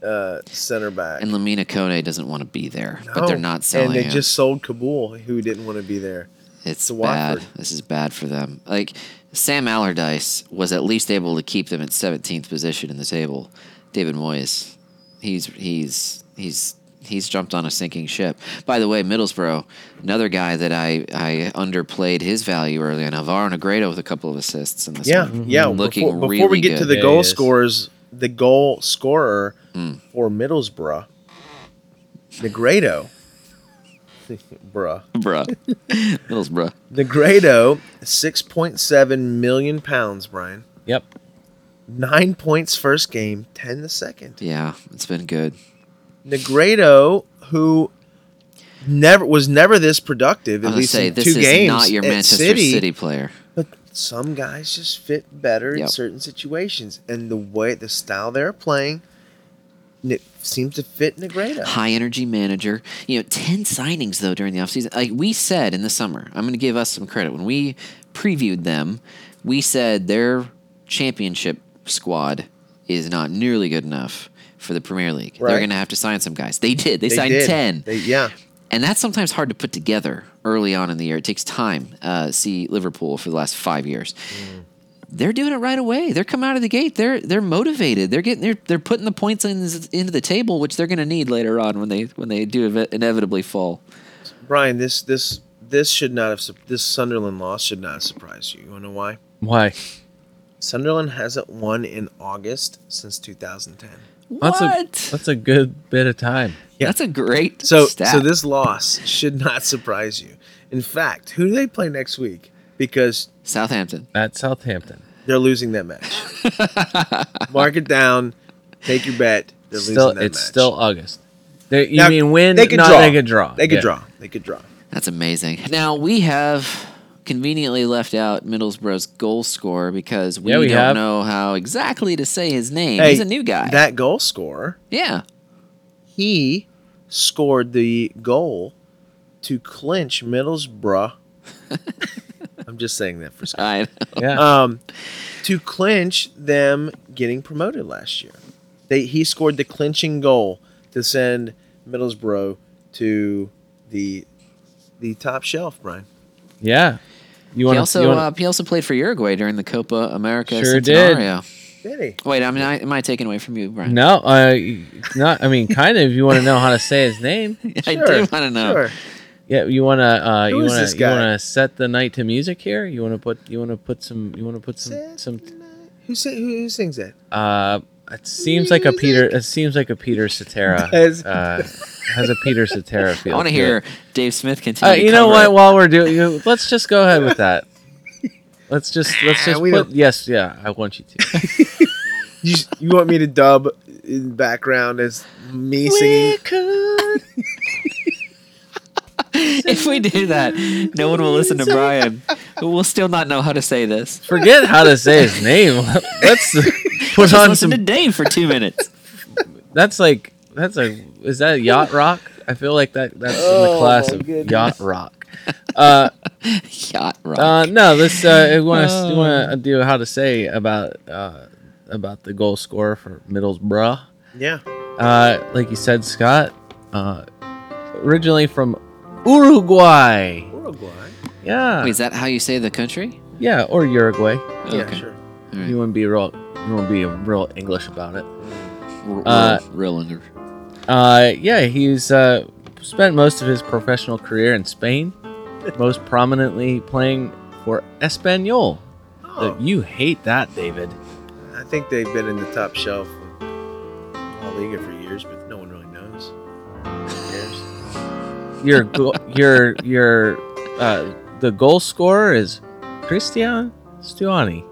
C: uh, center back,
A: And Lamina Kone doesn't want to be there, but
C: No.
A: they're not selling
C: And they
A: him.
C: just sold Kabul, who didn't want to be there.
A: It's
C: to
A: bad.
C: Watford.
A: This is bad for them. Like Sam Allardyce was at least able to keep them at 17th position in the table. David Moyes, he's he's he's he's jumped on a sinking ship. By the way, Middlesbrough, another guy that I, I underplayed his value early enough. Alvaro Negredo with a couple of assists in this
C: Yeah,
A: one.
C: yeah.
A: Mm-hmm. Looking
C: before, before
A: really
C: we get
A: good.
C: to the
B: Yeah, Mm-hmm. he
C: goal
B: is.
C: scorers, the goal scorer
A: Mm.
C: for Middlesbrough, Negredo, bruh,
A: Bruh. Middlesbrough.
C: Negredo, six point seven million pounds. Brian,
B: Yep.
C: nine points first game, ten the second.
A: Yeah, it's been good.
C: Negredo, who never was never this productive
A: I was
C: at
A: gonna
C: least
A: say
C: in
A: this
C: two
A: is
C: games
A: not your
C: at
A: Manchester
C: City,
A: player.
C: But some guys just fit better in
A: Yep.
C: certain situations, and the way the style they're playing, it seems to fit Negredo.
A: High energy manager. You know, ten signings though during the offseason. Like we said in the summer, I'm gonna give us some credit. When we previewed them, we said their championship squad is not nearly good enough for the Premier League. They're
C: Right.
A: gonna have to sign some guys. They did. They,
C: They
A: signed
C: did.
A: ten.
C: They- yeah,
A: and that's sometimes hard to put together early on in the year. It takes time. Uh, see Liverpool for the last five years.
B: Mm.
A: They're doing it right away. They're coming out of the gate. They're they're motivated. They're getting they're they're putting the points in, into the table, which they're going to need later on when they when they do ev- inevitably fall.
C: Brian, this this this should not have su- this Sunderland loss should not surprise you. You want to know why?
B: Why?
C: Sunderland hasn't won in August since 2010.
B: That's
A: what?
B: a that's a good bit of time.
C: yeah.
A: That's a great
C: So
A: stat.
C: so this loss should not surprise you. In fact, who do they play next week? Because
A: Southampton.
B: At Southampton.
C: they're losing that match. Mark it down. Take your bet. They're
B: Still
C: losing that
B: it's
C: match.
B: still August. They, you
C: Now,
B: mean win
C: They could
B: not
C: draw.
B: they could draw.
C: They could
B: Yeah.
C: draw. They could draw.
A: That's amazing. Now we have conveniently left out Middlesbrough's goal scorer because we,
B: Yeah, we
A: don't
B: have.
A: know how exactly to say his name. He's a new guy.
C: That goal scorer,
A: yeah.
C: he scored the goal to clinch Middlesbrough. I'm just saying that for some.
A: I
B: Yeah.
C: Um, to clinch them getting promoted last year. They he scored the clinching goal to send Middlesbrough to the the top shelf, Brian.
B: yeah. You
A: he
B: want
A: also
B: to
A: uh, he also played for Uruguay during the Copa America.
B: Sure did.
A: Centenario.
C: Did he?
A: Wait, I mean, I, am I taking away from you, Brian?
B: No, I not I mean kind of you want to know how to say his name.
A: I do
C: Sure,
A: want to know. Hmm,
C: Sure.
B: Yeah, you want to uh
C: Who
B: you
C: is
B: want
C: this
B: to you
C: guy?
B: want to set the night to music here? You want to put you want to put some you want to put some
C: Set
B: some
C: Who, sing, who, who sings that?
B: uh it seems like a Peter it seems like a Peter Cetera.
C: Does-
B: uh, has a Peter Cetera feel.
A: I want to
B: to it.
A: hear Dave Smith continue.
B: Uh,
A: to
B: you know
A: cover
B: what?
A: it.
B: While we're doing, you- let's just go ahead with that. Let's just let's
C: Ah,
B: just
C: we
B: put
C: don't-
B: yes, yeah. I want you to.
C: You, you want me to dub in the background as me singing?
B: could.
A: If we do that, no one will listen to Brian. We'll still not know how to say this.
B: Forget how to say his name. Let's put
A: Just
B: on
A: listen to
B: some.
A: Dave for two minutes.
B: That's like that's a is that yacht rock? I feel like that that's in the
C: Oh,
B: class
C: my
B: of
C: goodness.
B: yacht rock. Uh,
A: Yacht rock.
B: uh, no, let's uh, want to want
C: Oh.
B: to do how to say about uh, about the goal scorer for Middlesbrough.
C: Yeah.
B: uh, like you said, Scott, uh, originally from Uruguay.
C: Uruguay.
B: Yeah,
A: Wait, is that how you say the country?
B: yeah, or Uruguay.
C: Yeah, sure.
A: Right.
B: You want to be real, you want to be real English about it.
A: We're-
B: Uh,
A: we're real under.
B: Uh, yeah, he's uh, spent most of his professional career in Spain, most prominently playing for Espanol.
C: Oh,
B: You hate that, David.
C: I think they've been in the top shelf of La Liga for years, but no one really knows. Who cares?
B: Your go- your your uh, the goal scorer is Cristian Stuani.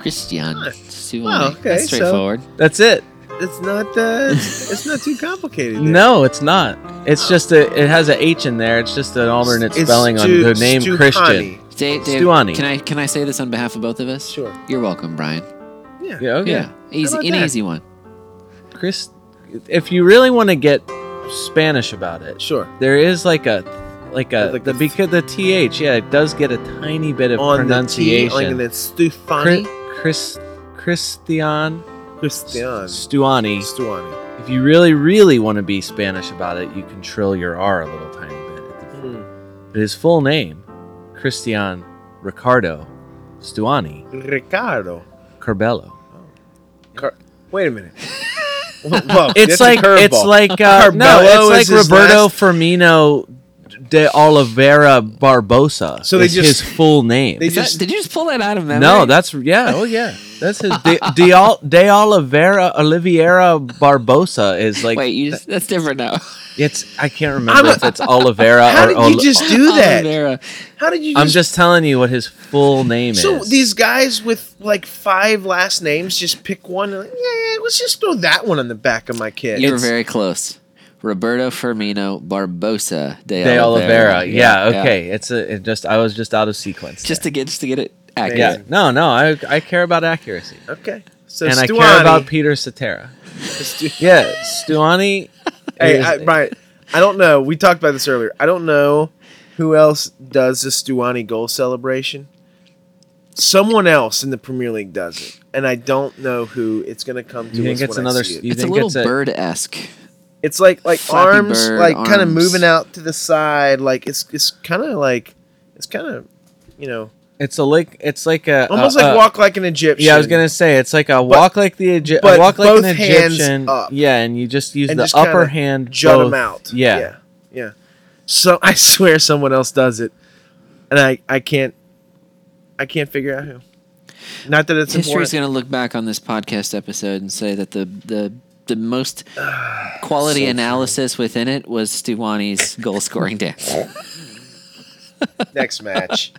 A: Christian.
C: Huh.
A: Suwane.
B: Oh,
C: Wow, okay,
A: That's
C: so-
A: straightforward.
B: That's it.
C: It's not uh, it's, it's not too complicated. there. Oh.
B: No, it's not. It's just a. It has a H in there. It's just an alternate
C: It's
B: spelling
C: Stu-
B: on the name
C: Stuhani.
B: Christian.
A: Dave, Dave,
B: Stuani.
A: Can I can I say this on behalf of both of us?
C: Sure.
A: You're welcome, Brian.
C: Yeah.
B: Yeah, okay.
A: Yeah, easy,
C: about
A: an
C: that?
A: easy one.
B: Chris, if you really want to get Spanish about it,
C: Sure.
B: there is like a, like a
C: Like
B: the
C: a-
B: because the th. Yeah, it does get a tiny bit of
C: On the T, like
B: pronunciation.
C: and then Stefani.
B: Chris, Chris, Christian
C: Christian.
B: Stuani.
C: Stuani.
B: If you really, really want to be Spanish about it, you can trill your R a little tiny bit at the But his full name, Christian Ricardo Stuani
C: Ricardo.
B: Carbello.
C: Car- Wait a minute. Whoa,
B: It's
C: that's a
B: like it's
C: curveball.
B: like uh, no,
C: Carbello
B: it's
C: is
B: like
C: his
B: Roberto
C: last-
B: Firmino de Oliveira Barbosa.
C: So they
B: is
C: just-
B: his full name.
C: they
A: Is that-
C: just-
A: did you just pull that out of memory?
B: no, that's yeah, oh yeah, that's his de, de, Ol- de Oliveira Oliveira Barbosa is like
A: Wait, you just, that's different now.
B: it's I can't remember
C: I'm-
B: if it's Oliveira
C: How
B: or
C: did
B: Oli-
C: you just do that?
A: Oliveira.
C: How did you?
B: I'm just telling you what his full name
C: So
B: is.
C: these guys with like five last names just pick one. and, like, yeah, let's just throw that one on the back of my kid.
A: You were very close. Roberto Firmino Barbosa de,
B: De Oliveira. Yeah,
A: yeah.
B: okay. It's a it just I was just out of sequence.
A: Just to get just to get it
B: there.
A: accurate.
B: yeah. No, no. I I care about accuracy.
C: okay. So
B: and I
C: Uh, Stuani,
B: care about Peter Cetera. Yeah, Stuani
C: hey,
B: is-
C: I, Brian, I don't know. We talked about this earlier. I don't know who else does the Stuani goal celebration. Someone else in the Premier League does it, and I don't know who. It's going to come to
B: You think
C: us
B: it's
C: when I
B: another?
C: see it.
B: You
A: It's a
B: think
A: little
B: it's a-
A: bird esque.
C: It's like like
A: Flappy
C: arms,
A: Bird
C: like kind of
A: arms.
C: moving out to the side. Like it's it's kind of like it's kind of you know
B: It's a like. It's like a
C: almost
B: a-
C: like
B: a-
C: walk like an Egyptian.
B: Uh, Yeah, I was gonna say it's like a walk like the Egypt,
C: but
B: walk like an
C: both hands
B: Egyptian.
C: up.
B: Yeah, and you just use
C: And
B: the
C: just kinda
B: upper hand.
C: jut
B: both-
C: them out.
B: Yeah.
C: yeah, yeah. So I swear someone else does it, and I I can't I can't figure out who. Not that it's
A: History's
C: important.
A: going to look back on this podcast episode and say that the the the most quality analysis within it was Stuwani's goal scoring dance.
C: Next match.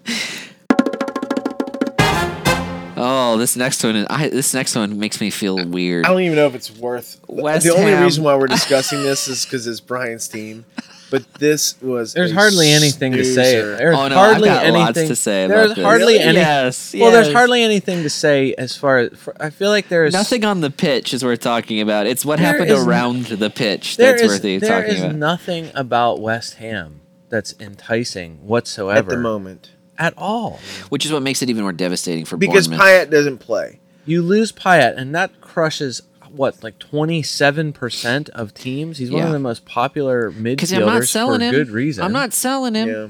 A: Oh, this next one, is- I, this next one makes me feel weird.
C: I don't even know if it's worth.
A: West
C: the only
A: Ham.
C: reason why we're discussing this is because it's Brian's team. But this was
B: There's
C: a
B: hardly anything to say.
C: snoozer.
B: There's
A: Oh, no, I've
B: hardly
A: got
B: anything
A: lots to say about
B: There's
A: this.
B: hardly
A: Really?
B: any.
A: Yes,
B: Well, there's
A: yes.
B: hardly anything to say as far as for, I feel like there's
A: Nothing on the pitch is worth talking about. It's what
B: There
A: happened
B: is n-
A: around the pitch
B: There
A: that's
B: is
A: worth you
B: there
A: talking
B: is
A: about.
B: nothing about West Ham that's enticing whatsoever
C: at the moment
B: at all.
A: Which is what makes it even more devastating for
C: because
A: Bournemouth.
C: Pyatt doesn't play.
B: You lose Payet, and that crushes what like twenty seven percent of teams. He's one of
A: Yeah.
B: the most popular
A: Because I'm not
B: midfielders
A: selling
B: for
A: him.
B: good reason.
A: I'm not selling him,
C: Yeah.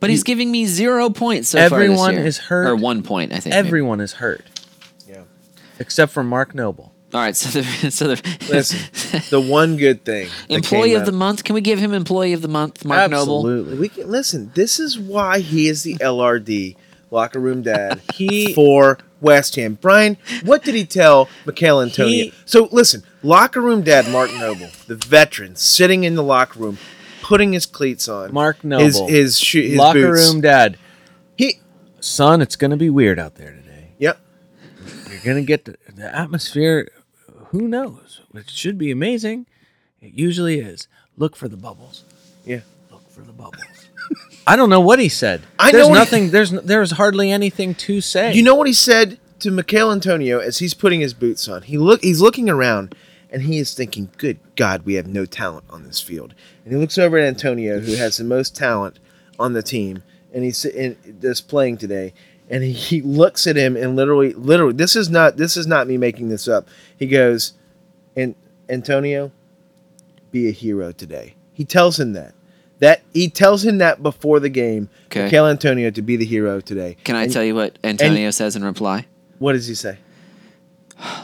A: but he's giving me zero points so far
B: Everyone
A: this year.
B: is hurt.
A: Or one point, I think. maybe.
B: Everyone is hurt.
C: Yeah.
B: Except for Mark Noble.
A: All right, so the, so the
C: Listen, the one good thing. that
A: employee
C: came
A: of the
C: out-
A: month. Can we give him employee of the month, Mark Noble?
B: Absolutely.
C: We can listen. This is why he is the LRD locker room dad
B: He-
C: for West Ham. Brian, what did he tell Mikhail Antonio?
B: He-
C: so listen, locker room dad Mark Noble, the veteran, sitting in the locker room, putting his cleats on.
B: Mark Noble.
C: his his, shoe, his
B: Locker
C: boots.
B: room dad.
C: He,
B: Son, it's going to be weird out there today.
C: yep.
B: You're going to get the, the atmosphere. Who knows? It should be amazing. It usually is. Look for the bubbles.
C: Yeah.
B: Look for the bubbles. I don't know what he said.
C: I
B: there's
C: know what he-
B: nothing. There's n- there's hardly anything to say.
C: You know what he said to Mikhail Antonio as he's putting his boots on? He look he's looking around and he is thinking, Good God, we have no talent on this field. And he looks over at Antonio, who has the most talent on the team, and he's in that's playing today. And he, he looks at him and literally literally this is not this is not me making this up. He goes, and Antonio, be a hero today. He tells him that. That he tells him that before the game,
A: Okay.
C: Mikhail Antonio to be the hero today.
A: Can I
C: And
A: tell you what Antonio says in reply?
C: What does he say?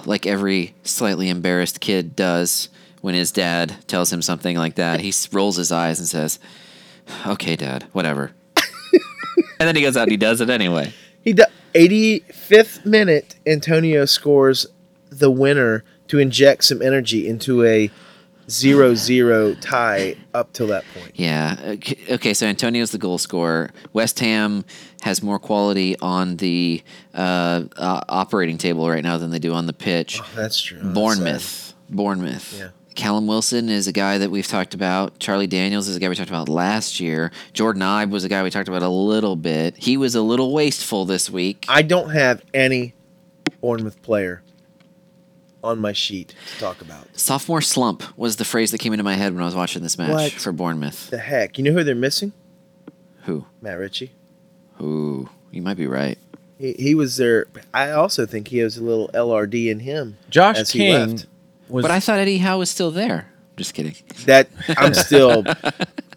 A: Like every slightly embarrassed kid does when his dad tells him something like that, he s- rolls his eyes and says, "Okay, Dad, whatever." and then he goes out and he does it anyway.
C: He d- 85th minute, Antonio scores the winner to inject some energy into a 0-0 tie up till that point.
A: Yeah. Okay, okay, so Antonio's the goal scorer. West Ham has more quality on the uh, uh, operating table right now than they do on the pitch.
C: Oh, That's true.
A: Bournemouth. Bournemouth.
C: Yeah.
A: Callum Wilson is a guy that we've talked about. Charlie Daniels is a guy we talked about last year. Jordan Ibe was a guy we talked about a little bit. He was a little wasteful this week.
C: I don't have any Bournemouth player on my sheet to talk about.
A: Sophomore slump was the phrase that came into my head when I was watching this match
C: What?
A: for Bournemouth.
C: The heck? You know who they're missing?
A: Who?
C: Matt Ritchie.
A: Who? You might be right.
C: He, he was there. I also think he has a little LRD in him.
B: Josh
C: as he
B: King
C: left.
B: was
A: But I thought Eddie Howe was still there. Just kidding.
C: That I'm still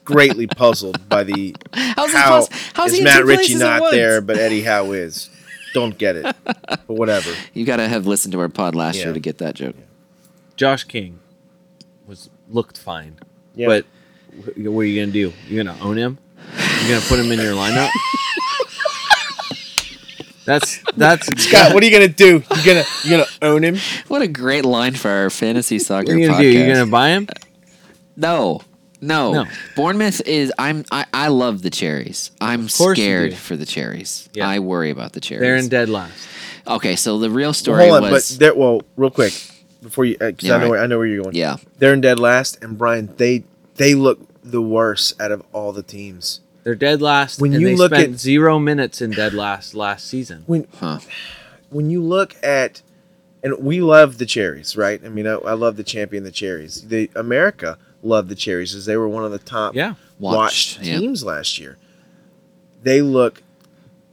C: greatly puzzled by the
A: How's he
C: how
A: supposed- how's
C: is
A: he in
C: Matt
A: two
C: Ritchie
A: places at
C: not
A: once?
C: there, but Eddie Howe is? Don't get it, but whatever.
A: You got to have listened to our pod last
C: Yeah.
A: year to get that joke.
B: Josh King was looked fine,
C: Yeah.
B: but wh- what are you gonna do? You're gonna own him? You're gonna put him in your lineup? That's that's
C: Scott, what are you gonna do? You gonna you gonna own him?
A: What a great line for our fantasy
B: what
A: soccer
B: are you gonna
A: podcast.
B: do? You're gonna buy him?
A: No. No.
B: No.
A: Bournemouth is I'm I, I love the cherries. I'm
B: course you
A: scared
B: do.
A: for the cherries.
B: Yeah.
A: I worry about the cherries.
B: They're in dead last.
A: okay, so the real story
C: Hold on,
A: was
C: but there, well, real quick before you, because
A: Yeah,
C: I know
A: right.
C: where, I know where you're going.
A: Yeah.
C: they're in dead last, and Brian, they they look the worst out of all the teams.
B: They're dead last. When you look at zero minutes in dead last last season,
C: When
A: Huh.
C: when you look at, and we love the cherries, right? I mean, I, I love the champion, the cherries. The America loved the cherries as they were one of the top
B: yeah,
A: Watched,
C: watched,
A: yeah.
C: teams last year. They look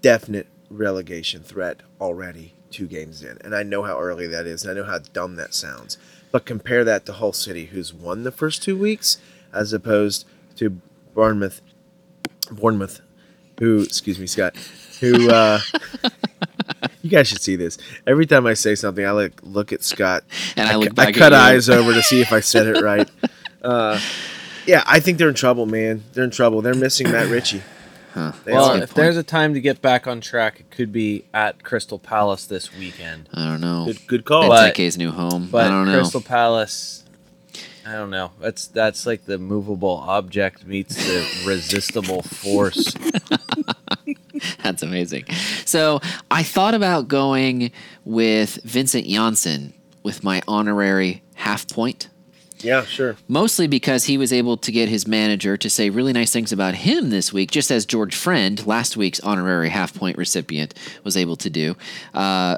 C: definite relegation threat already two games in. And I know how early that is, and I know how dumb that sounds. But compare that to Hull City, who's won the first two weeks, as opposed to Bournemouth, Bournemouth, who, excuse me, Scott, who, uh, you guys should see this. Every time I say something, I like look at Scott
A: And I, look
C: I
A: back at
C: cut
A: you.
C: eyes over to see if I said it right. Uh, yeah, I think they're in trouble, man. They're in trouble. They're missing Matt Ritchie.
A: Huh.
C: They
B: Well,
C: are.
A: good
B: if there's a time to get back on track, it could be at Crystal Palace this weekend.
A: I don't know.
C: good, good call.
B: But-
A: Benteke's new home.
B: But
A: I don't know.
B: Crystal Palace, I don't know. That's that's like the movable object meets the resistible force.
A: That's amazing. So I thought about going with Vincent Janssen with my honorary half point.
C: yeah, sure.
A: mostly because he was able to get his manager to say really nice things about him this week, just as George Friend, last week's honorary half point recipient, was able to do. Uh,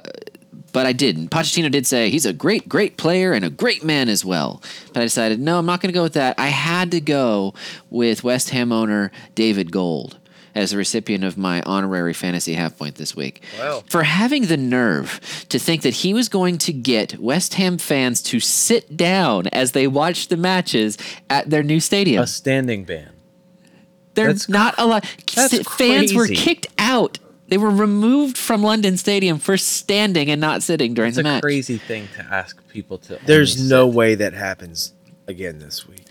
A: but I didn't. Pochettino did say he's a great, great player and a great man as well. But I decided, no, I'm not going to go with that. I had to go with West Ham owner David Gold as the recipient of my honorary fantasy half point this week.
C: Wow.
A: For having the nerve to think that he was going to get West Ham fans to sit down as they watched the matches at their new stadium.
B: A standing ban.
A: They're
B: That's
A: not allowed.
B: that's
A: S- Fans were
B: crazy.
A: kicked out. They were removed from London Stadium for standing and not sitting during
B: It's
A: the
B: a
A: match.
B: crazy thing to ask people to. only
C: There's
B: sit.
C: no way that happens again this week.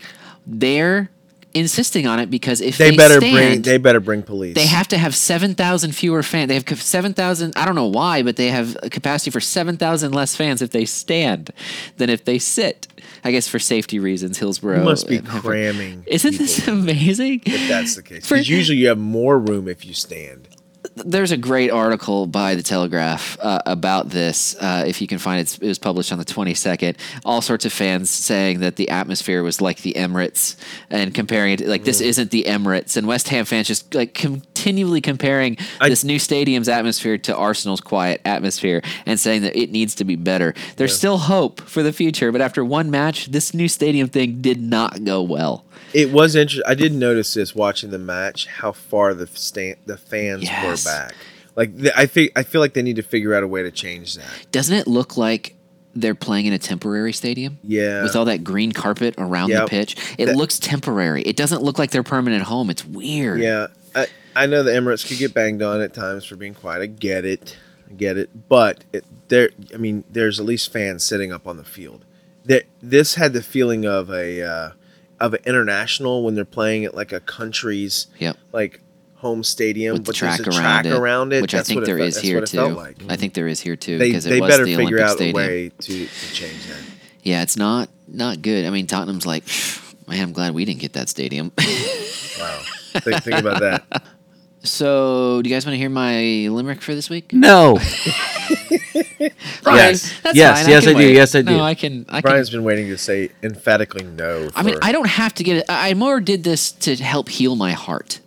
A: They're insisting on it because if
C: They,
A: they,
C: better
A: stand,
C: bring. They better bring police.
A: They have to have 7,000 fewer fans. They have ca- 7,000, I don't know why, but they have a capacity for 7,000 less fans if they stand than if they sit. I guess for safety reasons, Hillsborough.
C: You must be
A: and Hempel-
C: cramming.
A: Isn't
C: people
A: this amazing?
C: If that's the case,
A: For-
C: because usually you have more room if you stand.
A: there's a great article by the Telegraph uh, about this. Uh, if you can find it, It's- it was published on the 22nd. All sorts of fans saying that the atmosphere was like the Emirates and comparing it to, like this isn't the Emirates. And West Ham fans just like continually comparing
C: I-
A: this new stadium's atmosphere to Arsenal's quiet atmosphere and saying that it needs to be better. There's still hope for the future, but after one match, this new stadium thing did not go well.
C: It was interesting. I did notice this watching the match. How far the stand, the fans
A: Yes.
C: were back. Like the, I think I feel like they need to figure out a way to change that.
A: Doesn't it look like they're playing in a temporary stadium?
C: Yeah.
A: with all that green carpet around the
C: Yep.
A: pitch. It
C: That-
A: looks temporary. It doesn't look like their permanent home. It's weird.
C: Yeah, I, I know the Emirates could get banged on at times for being quiet. I get it, I get it. But it, there, I mean, there's at least fans sitting up on the field. That this had the feeling of a uh, of an international when they're playing at like a country's
A: Yep.
C: like home stadium,
A: With the
C: but there's
A: track,
C: a
A: around,
C: track
A: it,
C: around it,
A: which I
C: That's
A: think
C: what it
A: there
C: felt-
A: is
C: that's
A: here
C: what it
A: too.
C: felt like.
A: I think there is here too
C: They
A: because it
C: they
A: was
C: better
A: the
C: figure
A: Olympic
C: out
A: Stadium.
C: a way to, to change that.
A: Yeah, it's not not good. I mean, Tottenham's like, man, I'm glad we didn't get that stadium.
C: Wow, think, think about that.
A: so, do you guys want to hear my limerick for this week?
B: No.
A: Fine.
B: Yes.
A: That's
B: Yes,
A: fine.
B: yes,
A: can
B: I do.
A: wait.
B: Yes, I do.
A: No, I can. I can
C: Brian's been waiting to say emphatically no.
A: I mean,
C: for-
A: I don't have to get it. I I more did this to help heal my heart.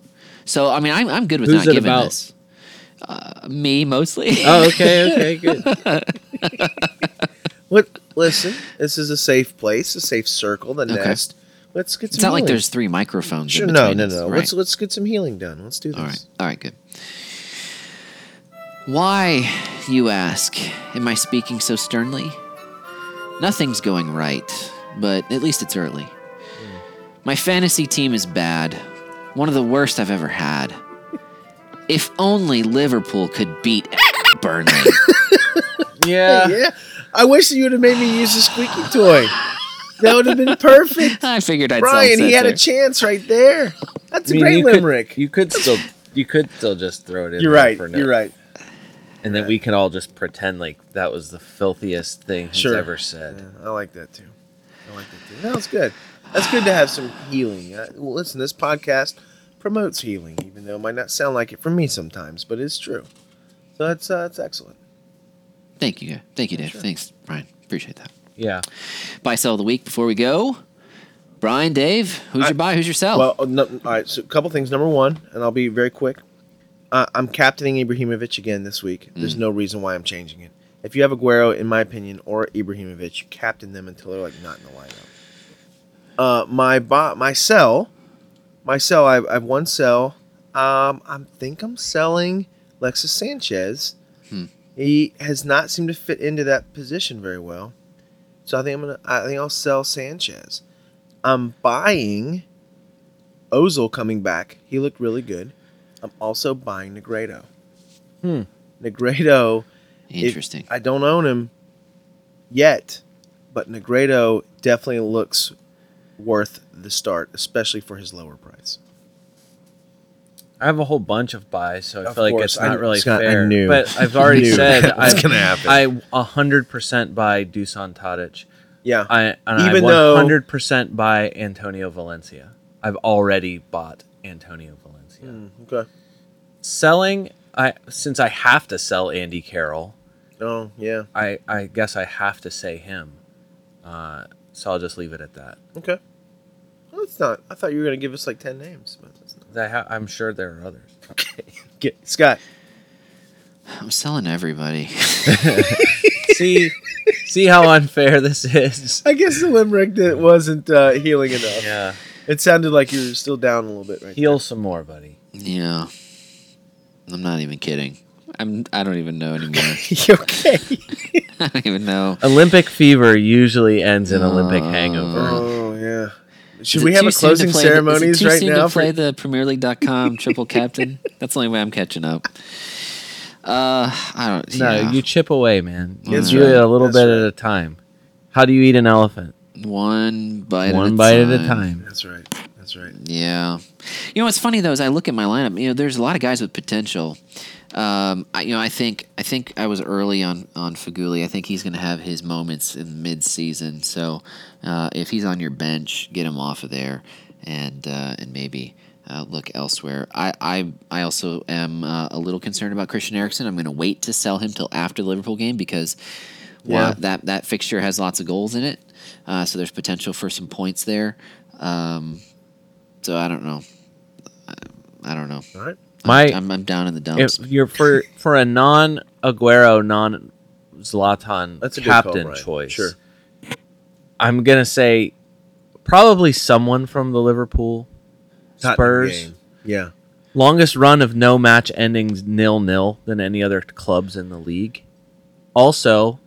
A: So I mean, I'm I'm good with
B: Who's
A: not
B: it
A: giving
B: about?
A: this. Uh, me mostly.
B: Oh, okay, okay, good.
C: What? Listen, this is a safe place, a safe circle, the nest. Let's get some.
A: it's not like
C: healing.
A: there's three microphones.
C: Sure,
A: in
C: no,
A: between
C: no,
A: us,
C: no.
A: Right?
C: Let's let's get some healing done. Let's do this.
A: All right, all right, good. Why, you ask, am I speaking so sternly? Nothing's going right, but at least it's early. My fantasy team is bad, one of the worst I've ever had. If only Liverpool could beat Burnley.
B: Yeah.
C: Yeah, I wish that you would have made me use the squeaky toy. That would have been perfect.
A: I figured I'd
C: Brian, he had
A: self-censor.
C: a chance right there. That's
B: I mean,
C: a great
B: you could-
C: limerick.
B: you could still you could still just throw it in.
C: you're
B: there
C: right.
B: for now.
C: You're right.
B: And then we can all just pretend like that was the filthiest thing he's
C: Sure.
B: ever said.
C: Yeah, I like that too. I like that too. No, it's good. That's good to have some healing. Uh, well, listen, this podcast promotes healing, even though it might not sound like it for me sometimes, but it's true. So that's uh, that's excellent.
A: Thank you. Thank you, Dave. Thanks, Brian. Appreciate that.
B: Yeah.
A: Buy sell of the week before we go. Brian, Dave, who's
C: I-
A: your buy? Who's your sell?
C: Well, uh, no, all right. So a couple things. Number one, and I'll be very quick. Uh, I'm captaining Ibrahimovic again this week. There's no reason why I'm changing it. If you have Aguero, in my opinion, or Ibrahimovic, you captain them until they're like not in the lineup. Uh, my bot, my sell, my sell. I've, I've one sell. Um, I think I'm selling Alexis Sanchez. He has not seemed to fit into that position very well. So I think I'm gonna. I think I'll sell Sanchez. I'm buying. Ozil coming back. He looked really good. I'm also buying Negredo.
B: Hmm.
C: Negredo. if-
A: Interesting.
C: I don't own him yet, but Negredo definitely looks worth the start, especially for his lower price.
B: I have a whole bunch of buys, so I
C: Of
B: feel like
C: course,
B: it's not
C: I-
B: really
C: Scott, I
B: fair.
C: knew.
B: But I've already
C: Knew
B: said
C: that was
B: I,
C: gonna happen.
B: I 100% buy Dusan Tadic.
C: Yeah.
B: I and
C: Even
B: I
C: though-
B: 100% buy Antonio Valencia. I've already bought Antonio Valencia.
C: Mm, okay.
B: Selling I since I have to sell Andy Carroll,
C: Oh, yeah.
B: I I guess I have to say him. Uh, so I'll just leave it at that.
C: Okay. Well, it's not. I thought you were going to give us like 10 names, but that's not.
B: I ha- I'm sure there are others.
C: Get, Scott.
A: I'm selling everybody.
B: see, see how unfair this is.
C: I guess the limerick that wasn't uh, healing enough.
B: Yeah,
C: It sounded like you were still down a little bit right
B: heal some more, buddy.
A: yeah. I'm not even kidding. I'm. I don't even know anymore.
C: there. okay.
A: I don't even know.
B: Olympic fever usually ends in Olympic
A: Uh,
B: hangover.
C: Oh, yeah.
A: Is
C: Should
A: it
C: we have
A: too
C: a
A: soon to
C: closing
A: play the- is it
C: ceremonies
A: too
C: right
A: soon
C: now?
A: To play
C: For,
A: the PremierLeague.com triple captain. That's the only way I'm catching up. Uh, I don't.
B: No,
A: yeah.
B: you chip away, man. You
A: That's
B: do it
C: right.
B: a little
C: That's
B: bit
C: right.
B: at a time. How do you eat an elephant?
A: one bite. at
B: One
A: a
B: bite
A: time.
B: at a time.
C: that's right. That's right.
A: Yeah. You know, what's funny though is I look at my lineup. You know, there's a lot of guys with potential. Um, I, you know, I think I think I was early on on Faguli. I think he's going to have his moments in mid season. So uh, if he's on your bench, get him off of there, and uh, and maybe. Uh, look elsewhere. I I, I also am uh, a little concerned about Christian Erickson. I'm going to wait to sell him till after the Liverpool game because
C: Yeah.
A: yeah. that that fixture has lots of goals in it, uh, so there's potential for some points there. Um, so I don't know. I, I don't know.
C: All right.
B: My
A: I'm, I'm down in the
B: if
A: dumps.
B: you're for for a non Aguero, non Zlatan
C: That's a good call,
B: captain
C: Brian.
B: choice.
C: Sure.
B: I'm gonna say probably someone from the Liverpool Spurs.
C: Yeah.
B: Longest run of no match endings nil nil than any other clubs in the league. Also,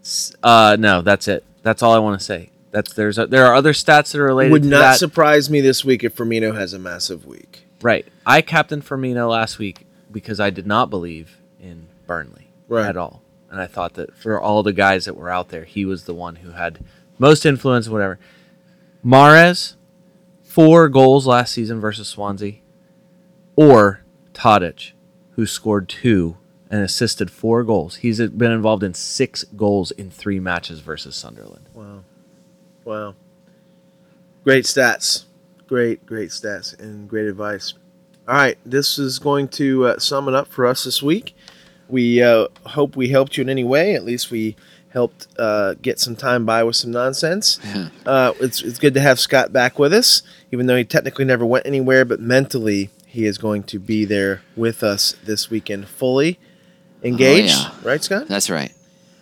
B: s- uh, no, that's it. That's all I want to say. That's there's a, there are other stats that are related.
C: Would
B: to
C: not
B: that.
C: surprise me this week if Firmino has a massive week.
B: Right. I captained Firmino last week because I did not believe in Burnley
C: Right.
B: at all. And I thought that for all the guys that were out there, he was the one who had most influence, whatever. Mares, four goals last season versus Swansea, or Tadic, who scored two and assisted four goals. He's been involved in six goals in three matches versus Sunderland.
C: Wow. Wow. Great stats. Great, great stats and great advice. All right. This is going to uh, sum it up for us this week. We uh, hope we helped you in any way. At least we helped uh, get some time by with some nonsense. Uh, it's, it's good to have Scott back with us, even though he technically never went anywhere, but mentally, he is going to be there with us this weekend fully engaged.
A: yeah.
C: Right, Scott?
A: That's right.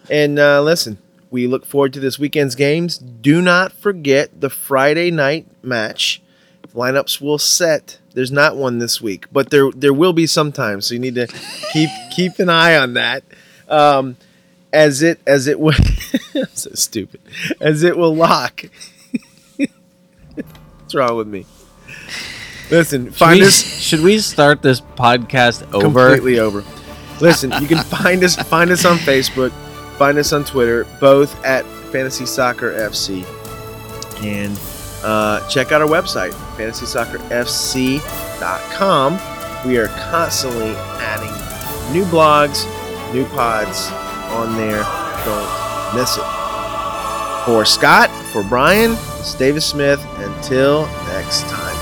C: And uh, listen, we look forward to this weekend's games. Do not forget the Friday night match. Lineups will set. There's not one this week, but there there will be sometimes. So you need to keep keep an eye on that. Um, as it as it will I'm so stupid as it will lock. What's wrong with me? Listen, find
B: Should we,
C: us
B: should we start this podcast over?
C: completely over. Listen, you can find us find us on Facebook. Find us on Twitter, both at Fantasy Soccer FC, and uh, check out our website, fantasysoccerfc.com. We are constantly adding new blogs, new pods on there. Don't miss it. For Scott, for Brian, it's Davis Smith. Until next time.